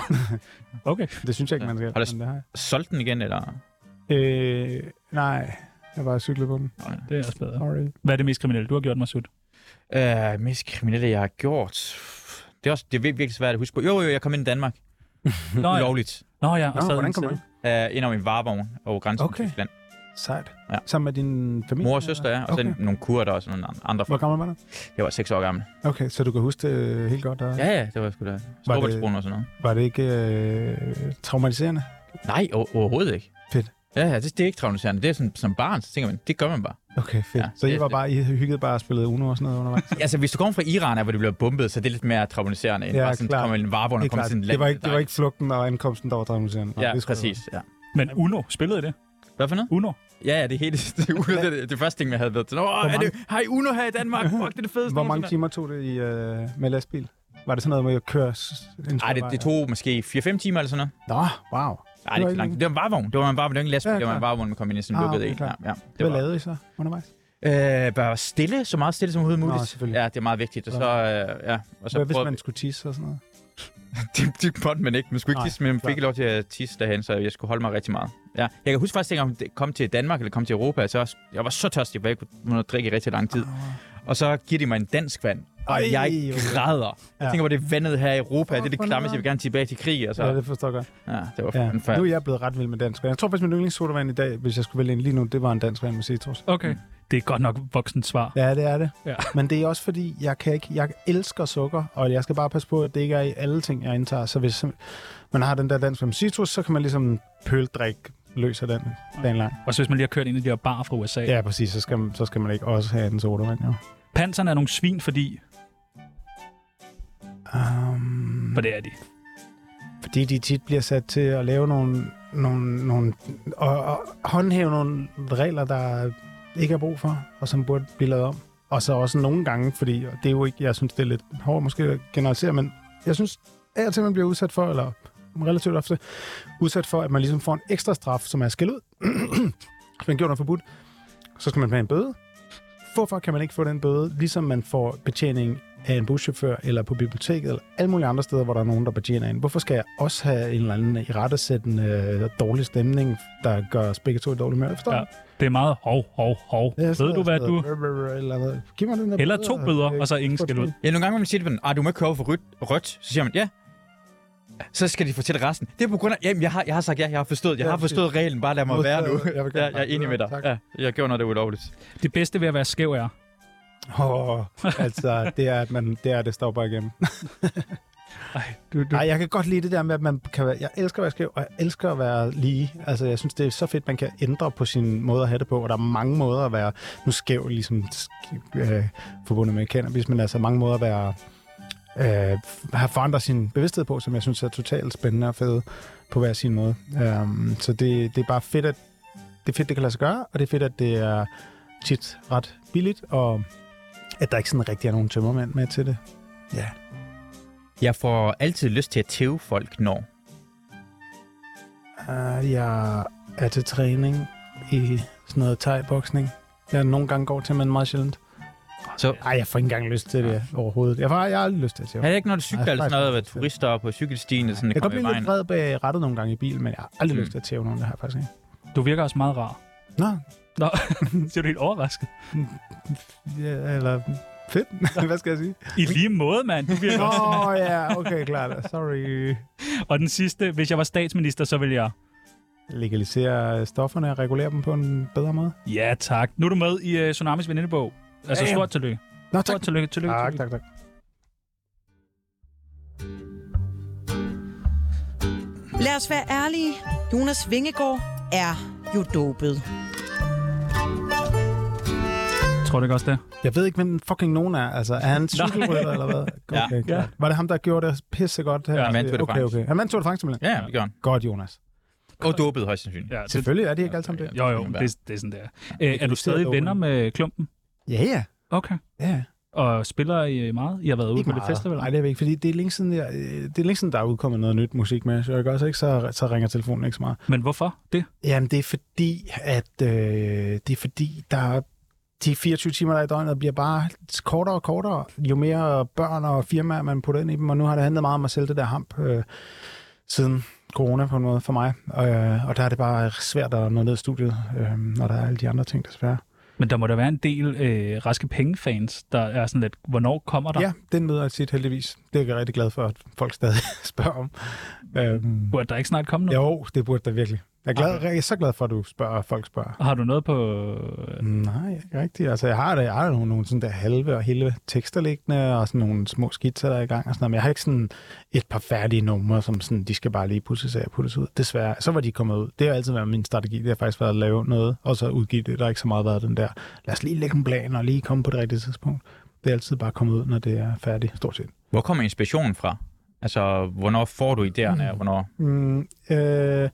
Okay. Det synes jeg ikke, man skal. Har du- men det har jeg. Solgt den igen, eller? Øh, nej, jeg var cyklet på den. Det er også bedre. Sorry. Hvad er det mest kriminelle, du har gjort, Masud? Øh, mest kriminelle, jeg har gjort. Det er, også, det er vir- virkelig svært at huske på. Jo, jo, jeg kom ind i Danmark. Nå ja. Ulovligt. Nå ja, og Nå, sad hvordan en kom du selv. ind? Øh, ind over en varevogn over grænsen Okay. til Tyskland. Sejt. Ja. Sammen med din familie? Mor og søster, ja. Og så okay. nogle kurder og sådan nogle Hvor andre folk. gammel var du? Jeg var 6 år gammel. Okay, så du kan huske det øh, helt godt. Og... Ja, ja, det var sgu da. Storbritannien og sådan noget. Var det ikke øh, traumatiserende? Nej, o- overhovedet ikke. Fedt. Ja, ja, det, det er ikke traumatiserende. Det er sådan, som barn, så tænker man, det gør man bare. Okay, fedt. Ja, Ja, så I, det- var bare, I hyggede bare og spillede Uno og sådan noget undervejs? Altså, hvis du kommer fra Iran, er, hvor det bliver bombet, så er det lidt mere traumatiserende, end Ja, ja, bare sådan, klart. kommer en varevogn og Det, er kommer klart. til sådan et det, var land, ikke, det der var ikke flugten og ankomsten, der var drømmeserien. Ja, præcis. Ja. Men Uno, spillede I det? Hvad for noget? Uno? Ja, ja, det er helt det, er Uno, det, er det første ting, jeg havde været til. Nå, er mange- det, har I Uno her i *laughs* Danmark? Fuck, det er det fedeste. Hvor mange timer tog det i, øh, med lastbil? Var det sådan noget med at køre... s- en Nej, det, vej? det tog måske 4-5 timer eller sådan noget. Nå, wow. Nej, det, er var ikke ikke langt. det var en varevogn. Det var en varevogn, det var ikke en lastbil. Ja, Ja, det var en klart. varevogn, man kom ind i sådan Ah, en lukket okay, en. Ja, klart. ja, det Hvad var. lavede I så undervejs? Øh, bare stille, så meget stille som overhovedet Nå, muligt. selvfølgelig. ja, det er meget vigtigt. Og så, øh, ja, og så Hvad hvis prøvede- man skulle tisse og sådan noget? *laughs* det, det måtte man ikke. Man skulle ikke Nej, tisse, men man fik klart. ikke lov til at tisse derhen, så jeg skulle holde mig rigtig meget. Ja. Jeg kan huske faktisk, dengang jeg kom til Danmark eller kom til Europa, så jeg var så tørstig, for jeg ikke kunne drikke i rigtig lang tid. Og så giver de mig en dansk vand, og Ah. Ej, jeg okay. græder. Jeg Ja. tænker på det er vandet her i Europa, det er det Åh, klammeste, nej. jeg vil gerne tilbage til krig. Altså. Ja, det forstår jeg godt. Ja, det var Ja. fandme ja. Nu er jeg blevet ret vild med dansk vand. Jeg tror faktisk, min yndlingssodavand i dag, hvis jeg skulle vælge en lige nu, det var en dansk vand med citrus. Okay. Det er godt nok voksent svar. Ja, det er det. Ja. Men det er også fordi, jeg kan ikke, jeg elsker sukker, og jeg skal bare passe på, at det ikke er i alle ting, jeg indtager. Så hvis man har den der dansk med citrus, så kan man ligesom pøldrik løser den dagen lang. Og så hvis man lige har kørt ind i de her bar fra USA. Ja, præcis. Så skal, man- så skal man ikke også have en sodavand, jo. Panserne er nogle svin, fordi... Mhm. Um, For det er de. fordi de tit bliver sat til at lave nogle, nogle, nogle og, og håndhæve nogle regler, der ikke er brug for, og som burde blive lavet om. Og så også nogle gange, fordi og det er jo ikke, jeg synes, det er lidt hårdt måske at generalisere, men jeg synes, af og til, man bliver udsat for, eller relativt ofte, udsat for, at man ligesom får en ekstra straf, som er skæld ud. *clears throat* Hvis man gjorde noget forbudt, så skal man have en bøde. Hvorfor kan man ikke få den bøde, ligesom man får betjening af en buschauffør, eller på biblioteket, eller alle mulige andre steder, hvor der er nogen, der betjener en? Hvorfor skal jeg også have en eller anden i rettesættende øh, dårlig stemning, der gør os begge to i dårlig møre? Forstår Ja. ja. Det er meget hov, hov, hov. Ved du, hvad du... Eller, andet. Giv mig den der Eller bøde, øh, to bøder, og så ingen skal ud. Ja, nogle gange, hvor man siger det, ah, du må ikke køre over for rødt, rødt, så siger man, ja, så skal de fortælle resten. Det er på grund af, jamen, jeg har, jeg har sagt ja, jeg har forstået, jeg Ja, har forstået reglen, bare lad mig være nu. Jeg vil gerne Ja, jeg er takke enig med dig. Tak. Ja, jeg gjorde noget, der var ulovligt. Det bedste ved at være skæv er... Åh, altså, det er, at man, det er, at det stopper igen. Ej, du, du, Nej, jeg kan godt lide det der med, at man kan være... Jeg elsker at være skæv, og jeg elsker at være lige. Altså, jeg synes, det er så fedt, man kan ændre på sin måde at have det på, og der er mange måder at være... Nu skæv, ligesom sk- øh, forbundet med cannabis, men altså mange måder at være... Øh, f- have forandret sin bevidsthed på, som jeg synes er totalt spændende og fed på hver sin måde. Um, så det, det er bare fedt, at det er fedt, det kan lade sig gøre, og det er fedt, at det er tit ret billigt, og at der ikke sådan rigtig er nogen tømmermænd med til det. Ja. Yeah. Jeg får altid lyst til at tæve folk, når... Uh, jeg er til træning i sådan noget thai-boksning. Jeg nogle gange går til, men meget sjældent. Så Ej, jeg får ikke engang lyst til det overhovedet. Jeg, får, jeg har aldrig lyst til det. er det ikke, når du cykler Nej, eller sådan faktisk noget, at ikke. turister på cykelstien og sådan, Jeg det kan godt kommer i blive lidt vejen? vred bag rattet nogle gange i bilen, men jeg har aldrig Mm. mm. lyst til at tæve nogen, det har jeg faktisk ikke. du virker også meget *laughs* rar. Nå, Nå, ser du helt overrasket? ja, eller fedt. *laughs* Hvad skal jeg sige? I lige måde, mand. Du virker også. Åh, oh, ja, okay, klart. Sorry. Og den sidste, hvis jeg var statsminister, så ville jeg... Legalisere stofferne og regulere dem på en bedre måde. Ja, tak. Nu er du med i uh, Tsunamis venindebog. Altså, Ja, ja. stort tillykke. Nå, tak. Ah, Stort tillykke, tillykke, Tak, tillykke. tak, tak. Lad os være ærlige. Jonas Vingegaard er jo dopet. Tror du ikke også det? Jeg ved ikke, hvem fucking nogen er. Altså, er *laughs* han cykelrytter eller hvad? Ja. Okay, ja. Var det ham, der gjorde det pisse godt? Her? Ja, han vandt Tour de okay, France. okay. Han vandt Tour de France, simpelthen. Ja, det gør han. Godt, Jonas. Og dopet højst sandsynligt. Ja, det, Selvfølgelig er det ikke alle sammen det. jo, jo, Det det, kan det er sådan, det er. Æ, er du det stadig er venner med Klumpen? Ja, ja. Okay. ja. Og spiller I meget? I har været ude på det festival? Nej, det er jeg ikke, fordi det er længe siden, jeg, øh, det er længe siden, der er udkommet noget nyt musik med, så jeg gør også ikke, så, så ringer telefonen ikke så meget. Men hvorfor det? Jamen, det er fordi, at øh, det er fordi, der er de 24 timer, der er i døgnet, bliver bare kortere og kortere, jo mere børn og firmaer, man putter ind i dem, og nu har det handlet meget om at sælge det der hamp øh, siden corona på en måde for mig, og, øh, og der er det bare svært at nå ned i studiet, øh, når der er alle de andre ting, desværre. Men der må da være en del øh, raske pengefans, der er sådan lidt, hvornår kommer der? Ja, den møder jeg tit heldigvis. Det er jeg rigtig glad for, at folk stadig *laughs* spørger om. Øhm, Burde der ikke snart komme noget? jo, det burde der virkelig. Jeg er, glad, jeg er så glad for, at du spørger, og folk spørger. Har du noget på... øh, Nej, ikke rigtigt. Altså, jeg har, da, jeg har da nogle, nogle sådan der halve og hele tekster liggende, og sådan nogle små skitser, der er i gang og sådan noget. Men jeg har ikke sådan et par færdige numre, som sådan, de skal bare lige pusses af og puttes ud. Desværre, så var de kommet ud. Det har altid været min strategi. Det har faktisk været at lave noget, og så udgive det. Der har ikke så meget været den der, lad os lige lægge en plan og lige komme på det rigtige tidspunkt. Det er altid bare kommet ud, når det er færdigt, stort set. Hvor kommer inspirationen fra? Altså, hvornår får du idéerne, og hvornår... Mm, øh,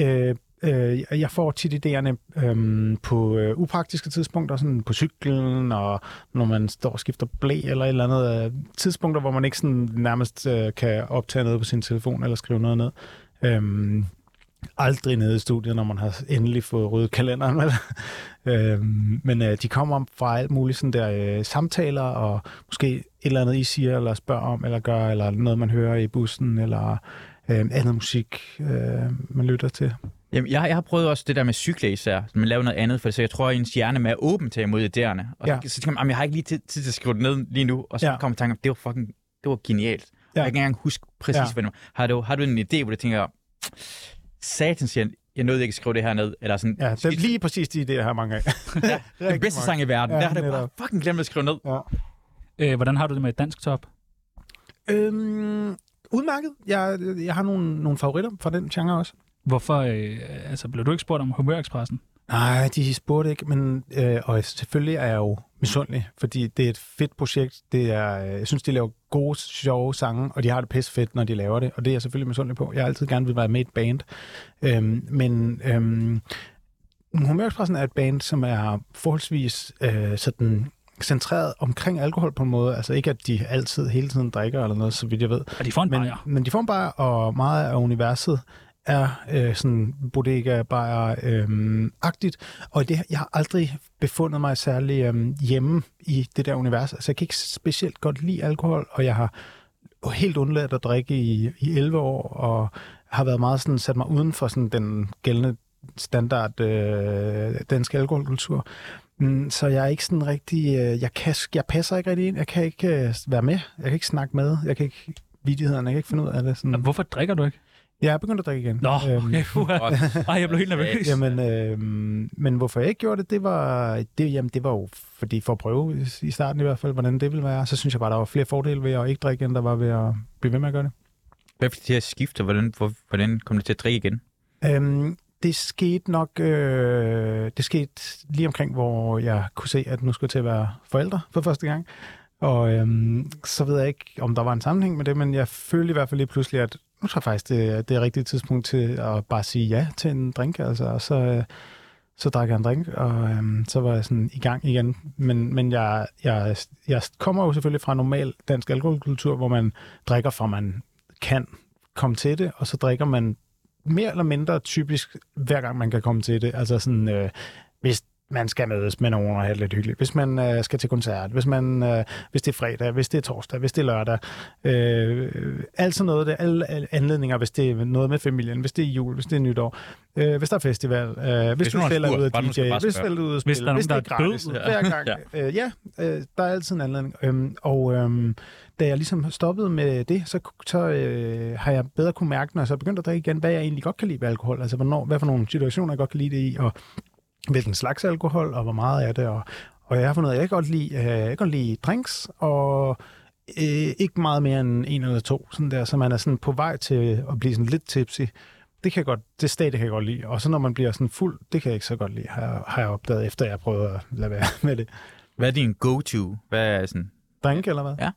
øh, øh, jeg får tit idéerne øhm, på øh, upraktiske tidspunkter, sådan på cyklen, og når man står og skifter blæ eller et eller andet. Øh, tidspunkter, hvor man ikke sådan nærmest øh, kan optage noget på sin telefon eller skrive noget ned. Øhm, aldrig nede i studiet, når man har endelig fået ryddet kalenderen. Vel? *laughs* øhm, men øh, de kommer fra alt muligt sådan der øh, samtaler, og måske et eller andet, I siger, eller spørger om, eller gør, eller noget, man hører i bussen, eller øh, andet musik, øh, man lytter til. Jamen, jeg, jeg har prøvet også det der med cykle især, at man laver noget andet, for så jeg tror, at ens hjerne er åben til at imod idéerne. Og ja. Ja. så, så tænker man, "Jamen, jeg har ikke lige tid, tid til at skrive det ned lige nu, og så ja. Ja. kommer tanken, det var fucking, det var genialt. Ja. Og jeg kan ikke engang huske præcis, ja. Ja. hvad det var. Har du, har du en idé, hvor du tænker, satans, jeg, jeg nåede ikke at skrive det her ned, eller sådan, Ja, det er lige præcis de idéer, jeg har mange af. *laughs* ja, den bedste sang i verden, ja, Ja, der har du bare netop. fucking glemt at skrive ned. Ja. Øh, hvordan har du det med dansk top? Øhm, udmærket. Jeg, jeg har nogle, nogle favoritter fra den genre også. Hvorfor... Øh, altså, blev du ikke spurgt om Humørekspressen? Nej, de spurgte ikke, men øh, og selvfølgelig er jeg jo misundelig, fordi det er et fedt projekt. Det er, øh, jeg synes, de laver gode, sjove sange, og de har det pisse fedt, når de laver det, og det er jeg selvfølgelig misundelig på. Jeg har altid gerne vil være med i et band. Øhm, men øhm, Humørekspressen er et band, som er forholdsvis øh, sådan centreret omkring alkohol på en måde. Altså ikke, at de altid hele tiden drikker eller noget, så vidt jeg ved. Og de får en Men, bajer. men de får en bajer, og meget af universet er øh, sådan bodega bajer øh, agtigt og i det, her- jeg har aldrig befundet mig særlig øh, hjemme i det der univers. Altså, jeg kan ikke specielt godt lide alkohol, og jeg har helt undladt at drikke i, i 11 år, og har været meget sådan, sat mig uden for sådan, den gældende standard øh, dansk alkoholkultur. Mm, så jeg er ikke sådan rigtig... Øh, jeg, kan, jeg passer ikke rigtig ind. Jeg kan ikke øh, være med. Jeg kan ikke snakke med. Jeg kan ikke vidighederne. Jeg kan ikke finde ud af det. Sådan. Mm. Hvorfor drikker du ikke? Jeg er begyndt at drikke igen. Nå, okay. *laughs* Uha. Og, Ej, jeg blev helt nervøs. Øhm. Jamen, øh, men hvorfor jeg ikke gjorde det, det var, det, jamen, det var jo fordi for at prøve i starten i hvert fald, hvordan det ville være. Så synes jeg bare, der var flere fordele ved at ikke drikke, end der var ved at blive ved med at gøre det. Hvad fik det til at skifte, og hvordan, hvor, hvordan kom det til at drikke igen? Øhm, det skete nok øh, det skete lige omkring, hvor jeg kunne se, at nu skulle jeg til at være forældre for første gang. Og øhm, så ved jeg ikke, om der var en sammenhæng med det, men jeg følte i hvert fald lige pludselig, at nu tror jeg faktisk, det, er- det er rigtigt tidspunkt til at bare sige ja til en drink. Altså, og så, øh, så drak jeg en drink, og øhm, så var jeg sådan i gang igen. Men, men jeg, jeg, jeg kommer jo selvfølgelig fra en normal dansk alkoholkultur, hvor man drikker, for man kan komme til det, og så drikker man mere eller mindre typisk, hver gang man kan komme til det. Altså sådan, øh, hvis man skal mødes med nogen og have det lidt hyggeligt. Hvis man øh, skal til koncert, hvis, man, øh, hvis det er fredag, hvis det er torsdag, hvis det er lørdag. Øh, alt sådan noget, det, er alle, alle anledninger, hvis det er noget med familien, hvis det er jul, hvis det er nytår, øh, hvis der er festival, øh, hvis, Hvis hvis du nogen har selv er spurgt, ude at bare nu skal DJ, jeg bare hvis du spørge. selv er ude at spille, Hvis der er hvis det nogen, er der er gratis, død. Ja. hver gang. øh, ja, øh, der er altid en anledning. Øhm, og øhm, da jeg ligesom stoppede med det, så, så øh, har jeg bedre kunne mærke, når jeg så begyndte at drikke igen, hvad jeg egentlig godt kan lide ved alkohol. Altså, hvornår, hvad for nogle situationer jeg godt kan lide det i, og hvilken slags alkohol, og hvor meget af det. Og, og jeg har fundet, ud af, at jeg kan godt lide, øh, jeg kan godt lide drinks, og øh, ikke meget mere end en eller to. Sådan der, så man er sådan på vej til at blive sådan lidt tipsy. Det kan jeg godt, det stadie kan jeg godt lide. Og så når man bliver sådan fuld, det kan jeg ikke så godt lide, har jeg, har jeg opdaget, efter jeg prøvede at lade være *laughs* med det. Hvad er din go-to? Hvad er sådan? Drink, eller hvad? Ja.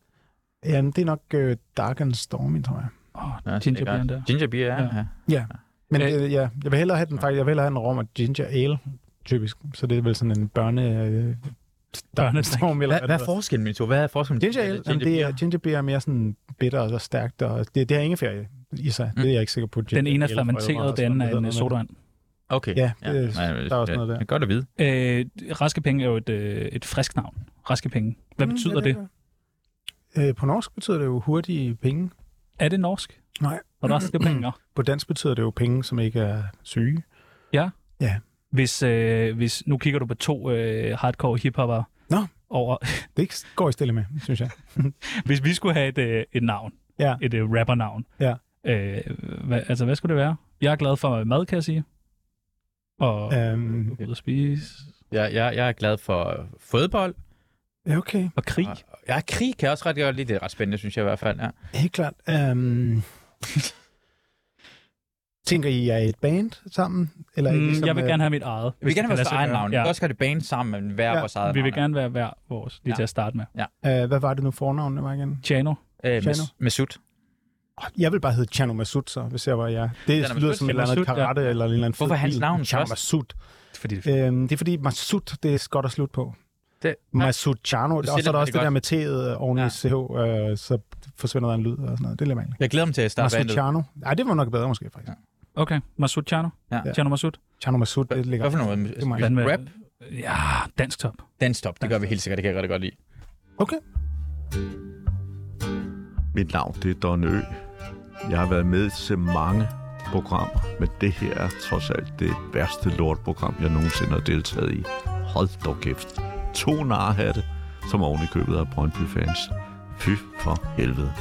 Jamen, det er nok øh, Dark and Stormy, tror jeg. Åh, ginger beer der. Ginger beer, ja. Ja. ja. Men Øh, øh, ja, jeg vil hellere have den faktisk, jeg vil hellere have en rom og ginger ale, typisk. Så det er vel sådan en børne... Øh, Dark and Børnedrik. Storm, eller Hvad, hvad er forskellen, min to? Hvad er forskellen? Ginger ale, ginger, jamen, det er, beer? ginger beer er mere sådan bitter og så stærkt, og det, det har ingen ferie i sig. Mm. Det er jeg ikke sikker på. Ginger Den ene er ale fermenteret, prøver, den anden er og en sådan øh, noget. sodavand. Okay. Ja, det er- Nej, der er også noget der. Det er godt at vide. Øh, raske penge er jo et, øh, et frisk navn. Raske penge. Hvad Mm, betyder ja, det? det? Øh, på norsk betyder det jo hurtige penge. Er det norsk? Nej. Raske penge. På dansk betyder det jo penge, som ikke er syge. Hvis, øh, hvis, nu kigger du på to øh, hardcore hiphopper Nå. over. *laughs* Det går I stille med, synes jeg. Hvis vi skulle have et, øh, et navn, Ja. et øh, rappernavn, Ja. øh, hvad, altså hvad skulle det være? Jeg er glad for mad, kan jeg sige. Og Øhm, ud at spise. Jeg, jeg, jeg er glad for fodbold. ja, okay. Og krig. Ja, krig kan jeg også ret godt lide. Det er ret spændende, synes jeg i hvert fald. Ja. Helt klart. Øhm, tænker I, at I er et band sammen? Eller er I Mm, ligesom, jeg vil øh, gerne have mit eget. Vi vil hvis det gerne kan have lade vores sig egen gøre. navn. Vi Ja. kan også have det bane sammen, men hver Ja, vores eget Vi navn. vil gerne være hver vores, lige Ja. til at starte med. Øh, hvad var det nu fornavnene var igen? Chano. Øh, Chano. Mes- Mesut. Jeg vil bare hedde Chano Masut, så, hvis jeg var jer. er Det da lyder Masud. som et eller andet Masud, ja. karate eller en eller anden fed Hvorfor er hans bil. navn Chano først? Masut. Fordi det Øhm, det er fordi Masut, det er godt at slutte på. Det, Masut Chano. Og så er det der også det godt. der med T'et oven i Ja. CH, øh, så forsvinder der en lyd og sådan noget. Det er lidt mærkeligt. jeg glæder mig til at starte Masut bandet. Chano. Ej, det var nok bedre måske, faktisk. Okay, Masud Chano. Ja. Ja. Chano Masud. Chano Masut, det ligger... Hvad for noget? Det må jeg Hvad med- Rap? Ja, dansk top. Den stop, det gør vi helt sikkert. Det kan jeg rigtig godt lide. Okay. Mit navn det er Don Ø. Jeg har været med til mange programmer, men det her er trods alt det værste lortprogram, jeg nogensinde har deltaget i. Hold dog kæft. To narhatte, som oven i købet af Brøndby-fans. Fy for helvede.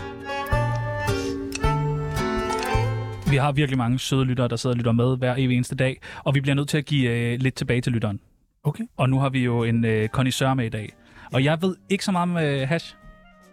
Vi har virkelig mange søde lyttere, der sidder og lytter med hver evig eneste dag, og vi bliver nødt til at give øh, lidt tilbage til lytteren. Okay. Og nu har vi jo en øh, connoisseur med i dag. Og jeg ved ikke så meget om øh, hash.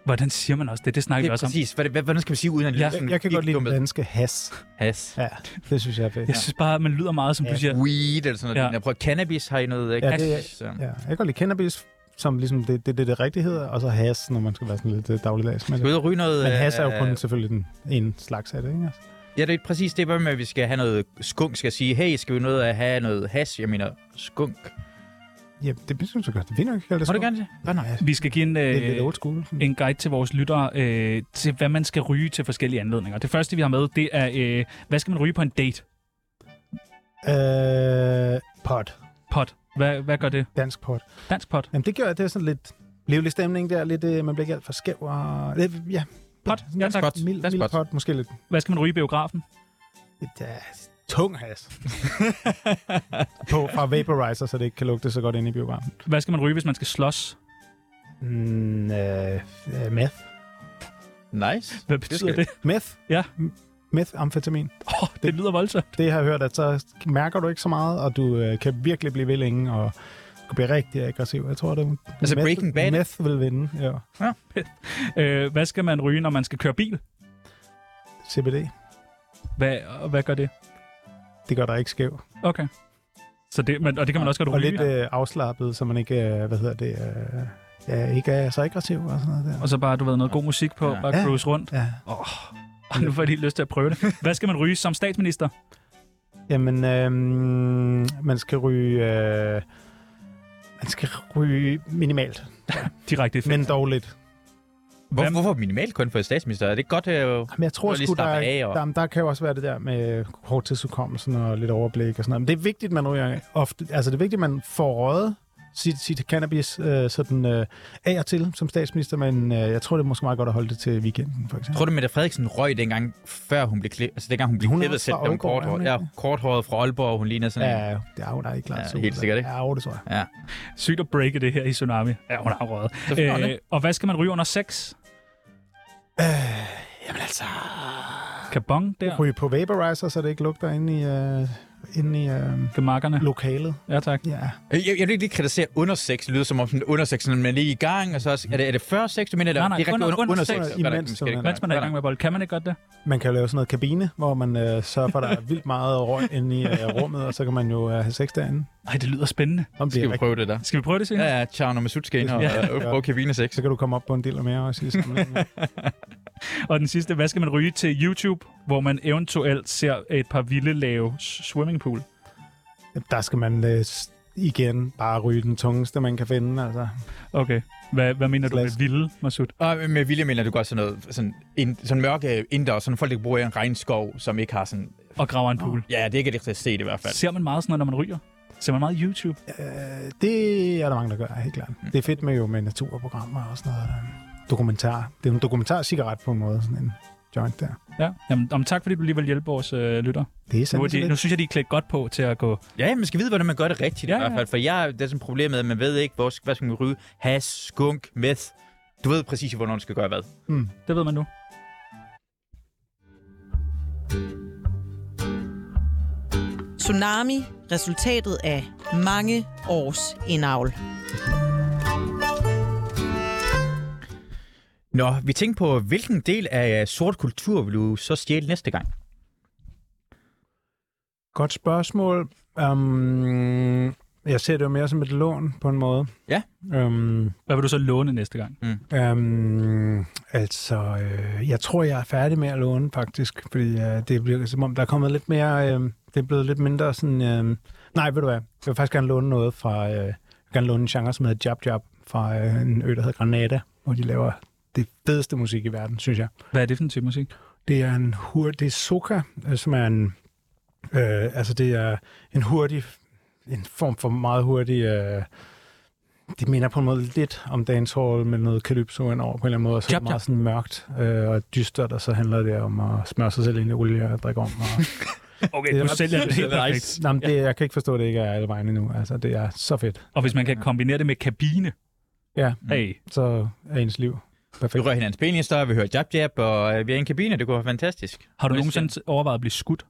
Hvordan siger man også det? Det snakker Det vi er også om. præcis. Hvad, hvad, hvordan skal man sige uden at lyde Jeg- sådan Jeg kan godt lide den gigtdummet? danske has. Has. Ja, det synes jeg er fedt. Jeg synes bare, at man lyder meget, som du Ja. siger. Weed eller sådan Ja. noget. Jeg prøver cannabis, har I noget? Ikke? Ja, det er- Hash, så- Ja, jeg kan godt lide cannabis, som ligesom det, det, det, det rigtige hedder, og så has, når man skal være sådan lidt øh, dagligdags. Men, Skal vi ud og ryge noget? men has er jo øh, kun selvfølgelig den ene slags af det, ikke? Altså, Ja, det er præcis det, bare med, at vi skal have noget skunk. Skal sige, hey, skal vi noget at have noget hash? Jeg mener, skunk. Ja, det synes jeg godt. Det er fint nok, jeg det Må du gerne det? Godt nok. Nej, Vi skal give en, det er lidt øh, old school. sådan. en guide til vores lyttere øh, til, hvad man skal ryge til forskellige anledninger. Det første, vi har med, det er, øh, hvad skal man ryge på en date? Øh, pot. Pot. Hvad, hvad gør det? Dansk pot. Dansk pot. Jamen, det gør, det er sådan lidt livlig stemning der. Lidt, øh, man bliver ikke alt for skæv og... Øh, Ja. Pot. Sådan Ja, en tak. Godt. Mild, Dansk mild pot. pot. Måske lidt... Hvad skal man ryge i biografen? lidt ja, tung has. På, fra vaporizer, så det ikke kan lugte så godt ind i biografen. Hvad skal man ryge, hvis man skal slås? Mm, øh, øh, meth. Nice. Hvad betyder det? Meth? Ja. Meth, amfetamin. Åh, oh, det lyder voldsomt. det har jeg hørt, at så mærker du ikke så meget, og du øh, kan virkelig blive ved længe, og du bliver rigtig aggressiv. Jeg tror, det Altså Breaking Bad? Meth vil vinde, ja. Øh, hvad skal man ryge, når man skal køre bil? CBD. Hvad, og hvad gør det? Det gør dig ikke skæv. Okay. Så det, men, og det kan man også godt og ryge. lidt øh, afslappet, så man ikke, øh, hvad hedder det, øh, ja, ikke er så aggressiv og sådan noget der. Og så bare, du ved, noget god musik på, Ja. bare øh, Ja. cruise rundt. Ja. Og nu får jeg lige lyst til at prøve det. Hvad skal man ryge som statsminister? Jamen, øh, man skal ryge... Øh, man skal ryge minimalt, Direkte i men fængsel. dog lidt. Hvor, Hvem- hvorfor minimalt kun for et statsminister? Er det godt? Øh... Men jeg tror Og lige sgu, der, slappe af er- og- der, der kan jo også være det der med korttidsudkommelsen og lidt overblik og sådan noget. Men det er vigtigt, man ryger ofte. Altså, det er vigtigt, man får røget sit, sit cannabis øh, sådan, øh, af og til som statsminister, men øh, jeg tror, det er måske meget godt at holde det til weekenden, for eksempel. Tror du, Mette Frederiksen røg dengang, før hun blev klippet? Altså dengang hun blev Hun er klippet også selv, fra da Aalborg, er hun korthåret. hun Ja, ikke? korthåret fra Aalborg, hun ligner sådan en. Ja, det er jo da ikke klart. Ja, super. helt sikkert, ikke? Ja, jo, det tror jeg. Ja. Sygt at breake det her i Tsunami. Ja, hun har røget. Øh, får hun det. og hvad skal man ryge under sex? Jamen altså, Kabong der? ryge på vaporizer, så det ikke lugter inde i, øh, inde i øh, Gemakkerne? lokalet. Ja, tak. Ja. Øh, Jeg, jeg, vil ikke lige kritisere undersex. Det lyder som om sådan undersex, når man er lige i gang. Og så også, er, det, er det før sex, du mener? Eller Nej, nej, direkte under- under sex. sex. Imens, Godt, måske man er- ikke. Mens man er i gang med bold, kan man ikke godt det? Man kan jo lave sådan noget kabine, hvor man øh, sørger for, at der er vildt meget røg inde i øh, rummet, og så kan man jo øh, have sex derinde. Nej, det lyder spændende. Så bliver Skal vi rigtig- prøve det der? Skal vi prøve det senere? Ja, ja, Tjerno Masud skal ind og Ja. og- og prøve Kevin sex. Så kan du komme op på en del mere også i sammenligning. Og den sidste, hvad skal man ryge til YouTube, hvor man eventuelt ser et par vilde lave s- swimmingpool? Der skal man øh, s- igen bare ryge den tungeste, man kan finde. Altså. Okay. Hvad, hvad mener du Slash. med vilde, Masud? Og øh, med vilje mener du godt sådan noget, sådan, ind, sådan mørke inder, sådan folk, der bor i en regnskov, som ikke har sådan... Og graver en pool. Ja, det er ikke det, jeg set i hvert fald. Ser man meget sådan noget, når man ryger? Ser man meget YouTube? Øh, det er der mange, der gør, helt klart. Det er fedt med jo med naturprogrammer og sådan noget. øh, Dokumentar. Det er jo en dokumentar-cigaret på en måde, sådan en joint der. Ja. Jamen, om tak fordi du lige vil hjælpe vores øh, lytter. Det er Nu, er sandt. de, nu synes jeg, de er klædt godt på til at gå... Ja, man skal vide, hvordan man gør det rigtigt ja, Ja, i hvert ja. fald. For jeg, det er sådan problemet, at man ved ikke, hvor, hvad skal man ryge. Has, skunk, meth. Du ved præcis, hvornår man skal gøre hvad. Det ved man nu. Tsunami, resultatet af mange års indavl. Nå, vi tænkte på, hvilken del af øh, sort kultur vil du så stjæle næste gang? Godt spørgsmål. Um, jeg ser det jo mere som et lån på en måde. Ja. Um, Hvad vil du så låne næste gang? um, altså, øh, jeg tror, jeg er færdig med at låne faktisk, fordi øh, det bliver som om, der er kommet lidt mere... Øh, det er blevet lidt mindre sådan... Øh, nej, ved du hvad? Jeg vil faktisk gerne låne noget fra... Øh, jeg vil gerne låne en genre, som hedder Jab Jab, fra øh, en ø, der hedder Granada, hvor de laver det fedeste musik i verden, synes jeg. Hvad er det for en type *laughs* musik? Det er en hurtig, det er soca, øh, som er en, øh, altså det er en hurtig, en form for meget hurtig, øh, det minder på en måde lidt om dancehall med noget calypso indover på en eller anden måde, og så er Jab, det meget sådan mørkt øh, og dystert, og så handler det om at smøre sig selv ind i olie og drikke om. *laughs* Og, Okay, Det er du ret- sælger det helt det er perfekt. nice. Nå, men det, jeg kan ikke forstå, at det ikke er alle vejen endnu, altså det er så fedt. Og hvis man kan kombinere det med kabine, Mm. Ja, hey, så er ens liv Vi perfekt. rører hinandens penisstøj, vi hører jab jab, og øh, vi er i en kabine, det kunne være fantastisk. har du Hvis- nogensinde overvejet at blive skudt?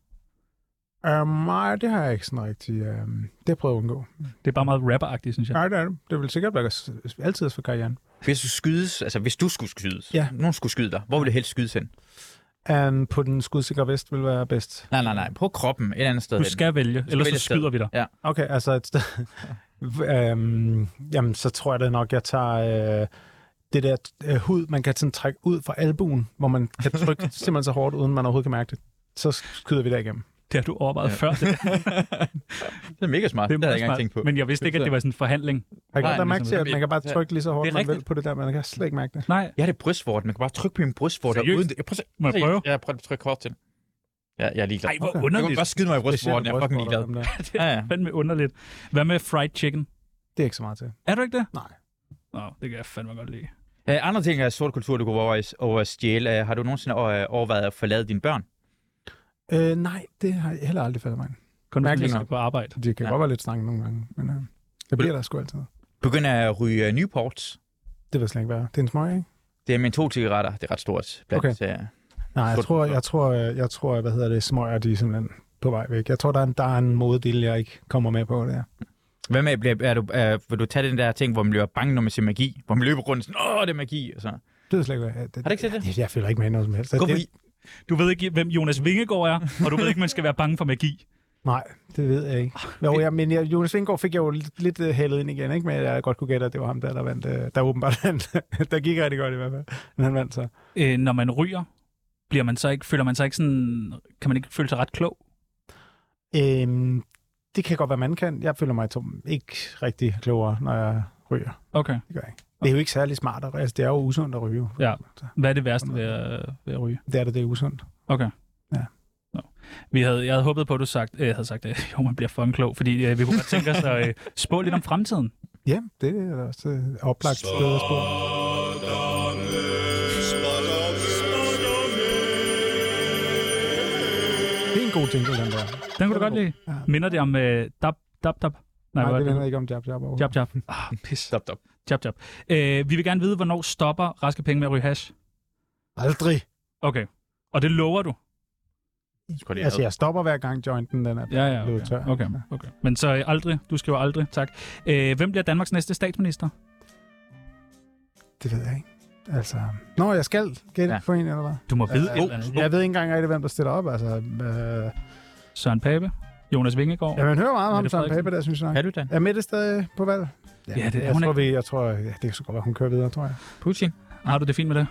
Um, nej, det har jeg ikke sådan rigtig, um, det prøver jeg at undgå. Det er bare meget rapperagtigt, synes jeg. Nej, det er det. Det vil sikkert være s- altid for karrieren. Hvis du skydes, altså hvis du skulle skydes, Ja. nogen skulle skyde dig, hvor ville du helst skydes hen? Um, på den skudsikre vest vil være bedst. Nej, nej, nej, på kroppen, et andet sted. Du hen. skal vælge, ellers vælge så et sted. skyder vi dig. Okay, altså et sted... *laughs* um, jamen, så tror jeg da nok, jeg tager øh, det der øh, hud, man kan sådan trække ud fra albuen, hvor man kan *laughs* trykke simpelthen så hårdt, uden man overhovedet kan mærke det. Så skyder vi der igennem. Det har du overvejet Ja. *laughs* før. Det, Det er mega smart, det, det meget havde jeg ikke engang smart. tænkt på. Men jeg vidste ikke, at det var sådan en forhandling. Har I Nej, godt lagt mærke til, ligesom- at man kan bare Ja, trykke lige så det hårdt, er man vil rigtigt. på det der, men man kan slet ikke mærke det. Nej, Jeg har det brystvort, man kan bare trykke på min brystvort. og Seriøst? Uden det. Jeg prøver, at se- Må jeg se- prøve? Ja, prøv at trykke hårdt til. Ja, jeg er ligeglad. Ej, hvor Okay. Du kan underligt. bare skyde mig i Specielt brystvorten, jeg er fucking brystvorter, ligeglad. dem der. *laughs* Ja, ja. Fandme underligt. Hvad med fried chicken? Det er ikke så meget til. Er du ikke det? Nej. Nå, det kan jeg fandme godt lide. Øh, andre ting af sort kultur, du kunne over, over at stjæle. Øh, har du nogensinde over, overvejet at forlade dine børn? Øh, nej, det har jeg heller aldrig faldet mig ind. Kun hvis man Mærkeligt skal på arbejde. Det kan Ja. ja. godt være lidt stange nogle gange, men øh, det bliver der sgu altid. Begynd at ryge øh, Newports. Det vil jeg slet ikke være. Det er en smøg, ikke? Det er mine to cigaretter. Det er ret stort. Blandt, Okay. øh, Nej, jeg Fund- tror, jeg tror, øh, jeg tror, hvad hedder det, smøger, de er simpelthen på vej væk. Jeg tror, der er en, der er en modedel, jeg ikke kommer med på der. Hvad med, bliver, er du, øh, vil du tage den der ting, hvor man bliver bange, når man siger magi? Hvor man løber rundt sådan, åh, det er magi. Og så. Har Det er slet ikke, det, du ikke set det? det? Jeg føler ikke med i noget som helst. Gå Det, på, i- Du ved ikke, hvem Jonas Vingegaard er, og du ved ikke, man skal være bange for *laughs* magi. Nej, det ved jeg ikke. Ah, Jo, ja, men jeg, Jonas Vingård fik jeg jo lidt, lidt øh, hældet ind igen, ikke? men jeg godt kunne gætte, at det var ham der, der vandt. øh, Der åbenbart *laughs* vandt. der gik rigtig godt i hvert fald, men han vandt så. Øh, når man ryger, bliver man så ikke, føler man sig ikke sådan, kan man ikke føle sig ret klog? Øhm, det kan godt være, man kan. Jeg føler mig tom, ikke rigtig klogere, når jeg ryger. Okay. Det, gør jeg ikke. det er jo ikke særlig smart. At, altså, det er jo usundt at ryge. Ja. Hvad er det værste ved at, ved at ryge? Det er det, det er usundt. Okay. Ja. Nå. Vi havde, jeg havde håbet på, at du sagt, øh, havde sagt, at jo, man bliver fucking klog, fordi øh, vi kunne godt tænke os at øh, spå lidt om fremtiden. Ja, det er da også et oplagt sted at spore. Det er en god jingle, den der. Den kunne du godt lide. Ja. Minder det om øh, dab, dab, dab? Nej, hvad Nej var det minder ikke om Jab Jab overhovedet. Jab, jab. Ah, pis. Stop, stop. Jab, jab. Øh, vi vil gerne vide, hvornår stopper raske penge med at ryge hash. Aldrig. Okay. Og det lover du? Skulle lige Altså, ad. jeg stopper hver gang jointen, den er Ja, ja. blevet tør. Okay, okay. Men så øh, aldrig. Du skriver aldrig. Tak. Øh, hvem bliver Danmarks næste statsminister? Det ved jeg ikke. Altså, nå, jeg skal gætte Ja. ja. på en, eller hvad? Du må vide Øh, et eller andet. Jeg ved ikke engang rigtig, hvem der stiller op. Altså, øh, Søren Pape? Jonas Vingegaard? ja, man hører meget om ham, Mette Søren Frederiksen. Pape, der synes jeg. Er du den? Er Mette stadig på valg? Ja, det er jeg hun tror, vi, jeg tror, ja, det kan så godt være, hun kører videre, tror jeg. Putin. Har du det fint med det?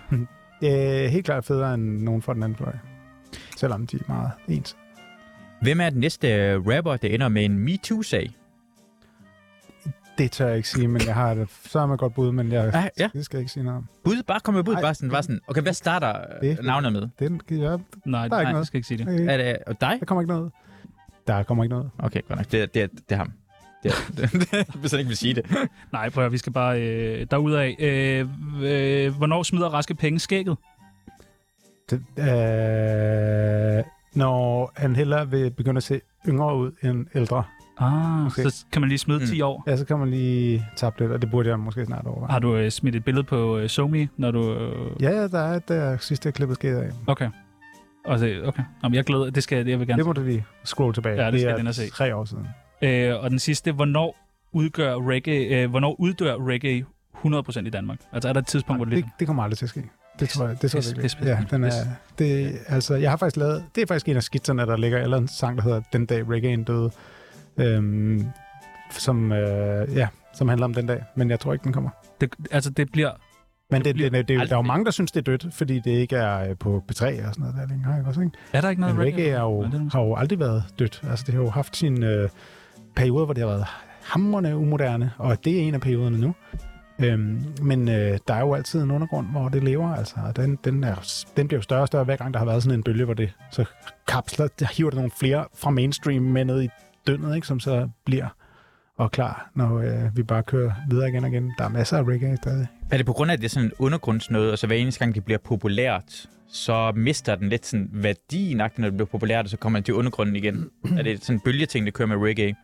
Det er helt klart federe end nogen fra den anden fløj. Selvom de er meget ens. Hvem er den næste øh, rapper, der ender med en MeToo-sag? Det tør jeg ikke sige, men jeg har det sørme godt bud, men jeg Ah, Ja, ja. det skal jeg ikke sige noget om. Bud, bare kom med bud. Ej. Bare sådan, bare sådan. Okay, hvad starter øh, Det- navnet med? Den, ja, Nej, Der er ikke nej, jeg noget. skal ikke sige det. Er okay. det og dig? Der kommer ikke noget. Der kommer ikke noget. Okay, godt nok. Det, er- det, er- det er ham. Det er, *laughs* hvis han ikke vil sige det. Nej, prøv at høre, vi skal bare øh, derudad. Øh, øh, hvornår smider raske penge skægget? Det, øh, når han hellere vil begynde at se yngre ud end ældre, Ah, okay. Okay. så kan man lige smide mm. 10 år. ja, så kan man lige tabe lidt, og det burde jeg måske snart overveje. Har du øh, smidt et billede på øh, Somi, når du... Øh, Ja, ja, der er et der sidste jeg klippet skæder af. okay. Og det, okay. Jamen, jeg glæder, det skal jeg, det jeg vil gerne. Det må du lige scrolle tilbage. Ja, det skal er den at se. tre år siden. Øh, og den sidste, hvornår udgør reggae, øh, hvornår uddør reggae 100% i Danmark? Altså er der et tidspunkt, hvor det, Det, det det kommer aldrig til at ske. Det tror jeg, det tror jeg Pis, virkelig. pis, pis, ja, den er, pis. det, altså, jeg har faktisk lavet, det er faktisk en af skitserne, der ligger, eller en sang, der hedder Den dag reggae'en døde, øhm, som, øh, ja, som handler om den dag, men jeg tror ikke, den kommer. det, altså det bliver... Men det, bliver det, det, det, er jo- der er jo aldrig- mange, der synes, det er dødt, fordi det ikke er øh, på P3 og sådan noget der længere, ikke også, ikke? Er der ikke noget Men reggae er jo, Nej, det er måske- har jo aldrig været dødt. Altså, det har jo haft sine øh, perioder, hvor det har været hammerne umoderne, og det er en af perioderne nu. Øhm, men øh, der er jo altid en undergrund, hvor det lever, altså. Og den, den, er, den bliver jo større og større, hver gang der har været sådan en bølge, hvor det så kapsler, der hiver der nogle flere fra mainstream med ned i døgnet, ikke, som så bliver og klar, når øh, vi bare kører videre igen og igen. Der er masser af reggae stadig. Er det på grund af, at det er sådan en undergrundsnød, og så hver eneste gang det bliver populært, så mister den lidt sådan værdien, agtigt, når det bliver populært, og så kommer den til undergrunden igen? er det sådan en bølgeting, der kører med reggae?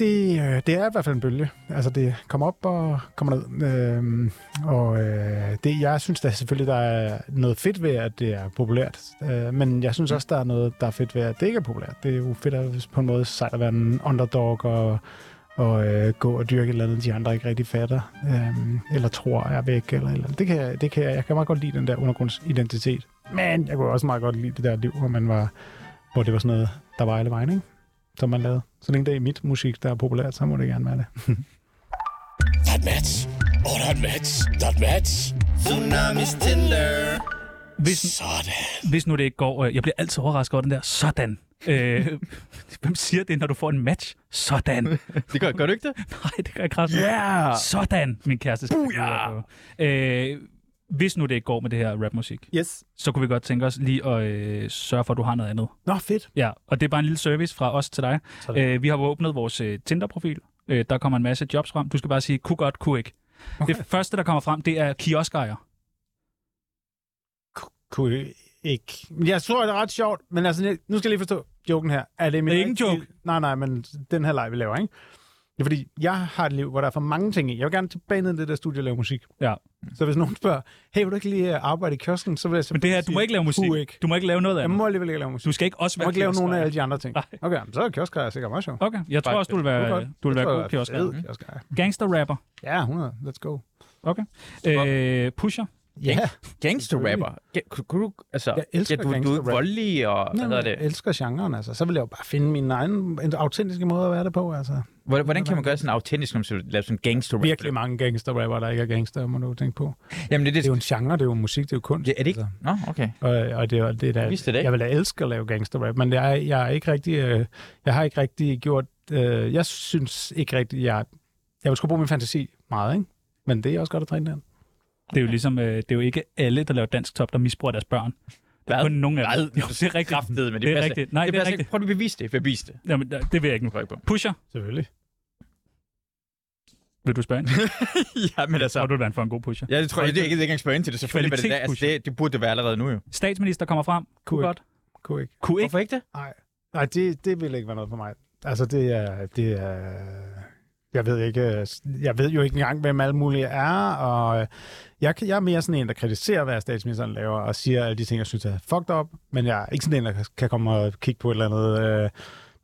Det, øh, det er i hvert fald en bølge. Altså, det kommer op og kommer ned. Øhm, og øh, det, jeg synes da selvfølgelig, der er noget fedt ved, at det er populært. Øh, men jeg synes også, der er noget, der er fedt ved, at det ikke er populært. Det er jo fedt at, på en måde sejt at være en underdog og, og øh, gå og dyrke et eller andet, de andre ikke rigtig fatter. Øh, eller tror, jeg er væk. Eller, et eller. andet. Det kan, jeg- det kan jeg, jeg kan meget godt lide den der undergrundsidentitet. Men jeg kunne også meget godt lide det der liv, hvor, man var, hvor det var sådan noget, der var alle vejen, ikke? som man lavede. Så længe det er mit musik, der er populært, så må det gerne være det. Hvis, hvis nu det ikke går... Øh, jeg bliver altid overrasket over den der sådan. Øh, *laughs* hvem siger det, når du får en match? *laughs* Sådan. Det gør, gør du ikke det? Nej, det gør jeg kraftigt. Yeah! Sådan, min kæreste. skal finde ud af det. Øh, hvis nu det ikke går med det her rapmusik, Yes. så kunne vi godt tænke os lige at øh, sørge for, at du har noget andet. Nå, fedt. Ja, og det er bare en lille service fra os til dig. Sådan. Øh, vi har åbnet vores øh, Tinder-profil. Øh, der kommer en masse jobs frem. Du skal bare sige, kunne godt, kunne ikke. Okay. Det første, der kommer frem, det er kioskejer. Kunne I ikke. Men Jeg tror, det er ret sjovt, men altså, jeg- nu skal jeg lige forstå joken her. Er det, min Det er ikke en rigtige- Nej, nej, men den her leg, vi laver, ikke? Det er fordi, jeg har et liv, hvor der er for mange ting i. Jeg vil gerne tilbage ned i det der studie og lave musik. Ja. Så hvis nogen spørger, hey, vil du ikke lige øh, arbejde i kiosken, så vil jeg Men det her, du må ikke lave musik. Kunne ikke. Du må ikke lave noget af Jeg det. må alligevel ikke lave musik. Du skal ikke også Jeg må være ikke lave nogen af kioskejer. alle de andre ting. Nej. Okay, men så er kiosker jeg sikkert meget sjovt. Okay, jeg tror Fuck også, du vil Det er være, godt. du vil Jeg være tror, jeg god er kioskejer. fed kioskejer. Gangster-rapper. Ja, 100. Let's go. Okay. Øh, pusher. Ja, Gangsterrapper. Ga- Kunne kunne du, altså, Jeg elsker ja, du, du er gangsterrap. voldelig og, hvad hedder jeg det? elsker genren, altså. Så vil jeg jo bare finde min egen en autentiske måde at være det på, altså. Hvordan, hvordan kan man gøre sådan autentisk, når man laver sådan gangsterrap? Virkelig mange gangsterrapper, der ikke er gangster, må du tænke på. Jamen, det, det, Det er jo en genre, det er jo musik, det er jo kunst. Ja, er det ikke? Nå, okay. Altså. Og, og det, er- det er da, Jeg vidste det ikke. Jeg vil da elske at lave gangsterrap, men jeg, er, jeg, er ikke rigtig, øh, jeg har ikke rigtig gjort... Øh, jeg synes ikke rigtig, jeg... Jeg vil sgu bruge min fantasi meget, ikke? Men det er også godt at træne den. Det er jo ligesom, øh, det er jo ikke alle, der laver dansk top, der misbruger deres børn. Der er Hvad? kun nogen af dem. Hvad? Jo, det er rigtigt. Kraftede, men det, Det er passer rigtigt. ikke. Nej, det, det er passer ikke. rigtigt. Prøv at bevise det. Bevis det. Jamen, der- det vil jeg ikke nu. Prøv ikke på. Pusher, Selvfølgelig. vil du spørge *laughs* ind? *laughs* ja, men altså... Tror du, det var en for en god pusher? Ja, det tror jeg, det er ikke, det er ikke engang spørge ind til det. Selvfølgelig, hvad det, er. altså, Kvalitetspusher. det, det burde det være allerede nu jo. Statsminister kommer frem. Kunne ikke. godt. Kunne ikke. Kunne ikke. Hvorfor ikke det? Nej, Nej det, det vil ikke være noget for mig. Altså, det er... Det er jeg ved, ikke, øh, jeg ved jo ikke engang, hvem alle mulige er, og øh, jeg, kan- jeg er mere sådan en, der kritiserer, hvad statsministeren laver, og siger alle de ting, jeg synes er fucked up, men jeg er ikke sådan en, der kan- kan komme og kigge på et eller andet øh,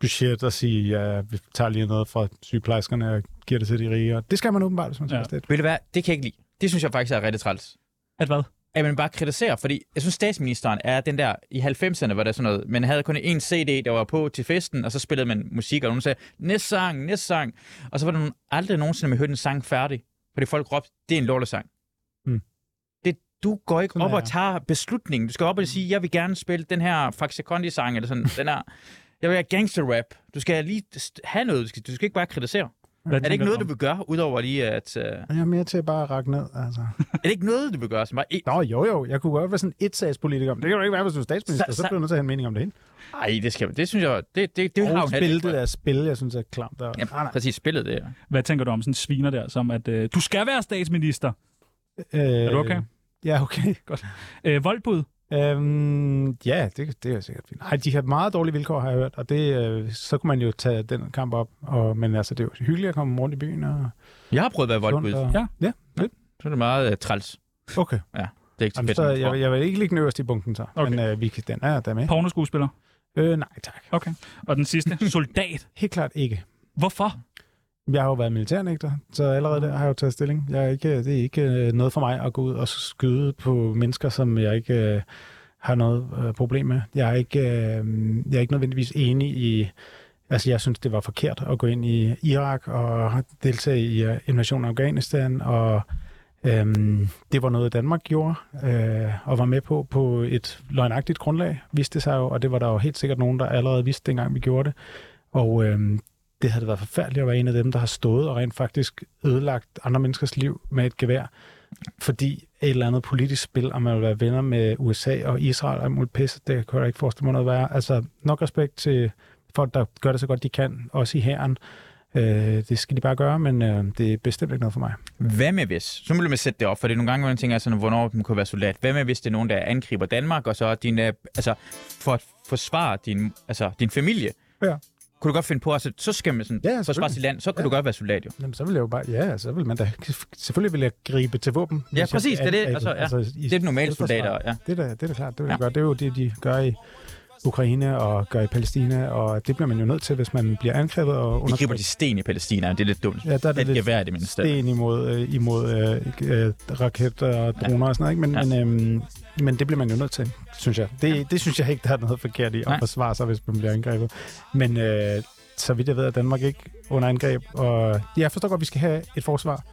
budget og sige, øh, vi tager lige noget fra sygeplejerskerne og giver det til de rige. Og det skal man åbenbart, hvis man Ja. ja. er stat. Vil det være? Det kan jeg ikke lide. Det synes jeg faktisk er rigtig træls. At hvad? At man bare kritiserer, fordi jeg synes, statsministeren er den der, i 90'erne var der sådan noget, man havde kun én CD, der var på til festen, og så spillede man musik, og nogen sagde, næste sang, næste sang. Og så var der nogen, aldrig nogensinde, man hørte en sang færdig, fordi folk råbte, det er en lortesang. Mm. Det, du går ikke Sådan op er og jeg. tager beslutningen. Du skal op og sige, jeg vil gerne spille den her Faxe Kondi-sang, eller sådan, den her, jeg vil have gangster rap. Du skal lige st- have noget, du skal, du skal ikke bare kritisere. Hvad Er det ikke noget, du vil gøre, udover lige at... Uh... er Jeg er mere til bare at række ned, altså. det ikke noget, du vil gøre? Som bare, Nå, jo, jo, jeg kunne godt være sådan et sagspolitiker, men det kan du ikke være, hvis du er statsminister, Så- så, så, så- så bliver du nødt til at have en mening om det hele. Nej, det skal Det synes jeg, det, det, det har og hun spille det der spil, jeg synes er klamt. Og... Ah, Ja, nej, nej. præcis, spillet det. Hvad tænker du om sådan en sviner der, som at øh, du skal være statsminister? Øh, Er du okay? Ja, okay. Øh, voldbud? Øhm, ja, det, det er sikkert fint. Nej, de har meget dårlige vilkår, har jeg hørt, og det, øh, så kunne man jo tage den kamp op. Og, men altså, det er jo hyggeligt at komme rundt i byen. Og, Jeg har prøvet at være voldbud. sundt og... Ja. ja, Så er det meget uh, træls. okay. Det er ikke så Jamen, fedt. så som man tror. jeg, jeg vil ikke ligge den øverst i bunken så, Okay. okay. men øh, vi, kan- den er der med. Pornoskuespiller? Øh, nej, tak. Okay. Og den *laughs* sidste? Soldat? Helt klart ikke. Hvorfor? Jeg har jo været militærnægter, så allerede der har jeg jo taget stilling. Jeg er ikke, det er ikke øh, noget for mig at gå ud og skyde på mennesker, som jeg ikke øh, har noget øh, problem med. Jeg er, ikke, øh, jeg er ikke nødvendigvis enig i... Altså, jeg synes, det var forkert at gå ind i Irak og deltage i øh, invasionen af Afghanistan, og øhm, det var noget, Danmark gjorde øh, og var med på på et løgnagtigt grundlag, viste det sig jo, og det var der jo helt sikkert nogen, der allerede vidste, dengang vi gjorde det. Og øhm, det havde det været forfærdeligt at være en af dem, der har stået og rent faktisk ødelagt andre menneskers liv med et gevær, fordi et eller andet politisk spil, om man vil være venner med USA og Israel og alt muligt pisse, det kan jeg ikke forestille mig noget værre. Altså nok respekt til folk, der gør det så godt de kan, også i hæren. Øh, det skal de bare gøre, men øh, det er bestemt ikke noget for mig. Hvad med hvis? Så må man sætte det op, for det er nogle gange, hvor man tænker sådan, hvornår man kunne være soldat. Hvad med hvis det er nogen, der angriber Danmark, og så din, øh, altså, for at forsvare din, altså, din familie? Ja. Kunne du godt finde på, at så- så skal man sådan, Ja, ja, forsvare selvfølgelig. sit land, så kan ja. du godt være soldat jo. Jamen, så vil jeg jo bare, ja, så vil man da, selvfølgelig vil jeg gribe til våben. hvis jeg præcis, det er bliver det, angrebet. altså, ja. i Det er normale selvforsvar. soldater, ja. Det er da, det er da klart, det vil Ja. ja. gøre. Det er jo det, de gør i Ukraine og gør i Palæstina, og det bliver man jo nødt til, hvis man bliver angrebet og De griber de sten i Palæstina, det er lidt dumt. Ja, der er Det det er et lidt gevær i det mindste. sten imod, øh, imod øh, øh, raketter og droner ja. og sådan noget, ikke? Men, Ja. ja. men, øhm, men det bliver man jo nødt til, synes jeg. Det, det synes jeg ikke, der er noget forkert i at Nej. forsvare sig, hvis man bliver angrebet. Men øh, så vidt jeg ved, er Danmark ikke under angreb, og jeg forstår godt, at vi skal have et forsvar,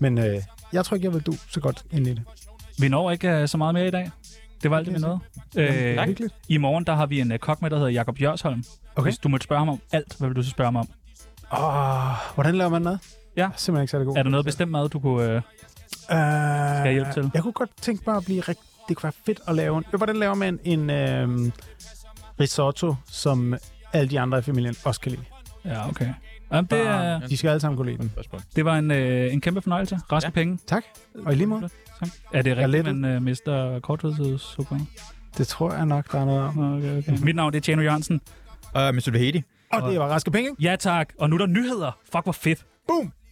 men øh, jeg tror ikke, jeg vil du så godt ind i det. Vi når ikke uh, så meget mere i dag. Det var alt det, vi nåede. Øh, tak. Hyggeligt. I morgen der har vi en uh, kok med, der hedder Jakob Jørsholm. Okay. Hvis du måtte spørge ham om alt, hvad vil du så spørge ham om? Åh, hvordan laver man mad? Ja. Jeg er simpelthen ikke særlig god. Er der noget bestemt mad, du kunne... Uh... Øh, jeg hjælpe til? Jeg kunne godt tænke mig at blive rigtig... Det kunne være fedt at lave en... Hvordan laver man en øh, risotto, som alle de andre i familien også kan lide? Ja, okay. Jamen, det, Bare- uh, De skal alle sammen kunne lide den. Spørgsmål. det var en, uh, en kæmpe fornøjelse. Raske Ja. ja. penge. Tak. Og i lige måde. Tak. Er det Jeg er rigtigt, lettet. man uh, mister korttidsudsupperne? Det tror jeg nok, der er noget om. Okay, okay. Mit navn det er Tjano Jørgensen. Øh, Mr. Vahedi. Og det var raske penge. Ja tak, og nu er der nyheder. Fuck, hvor fedt. Boom!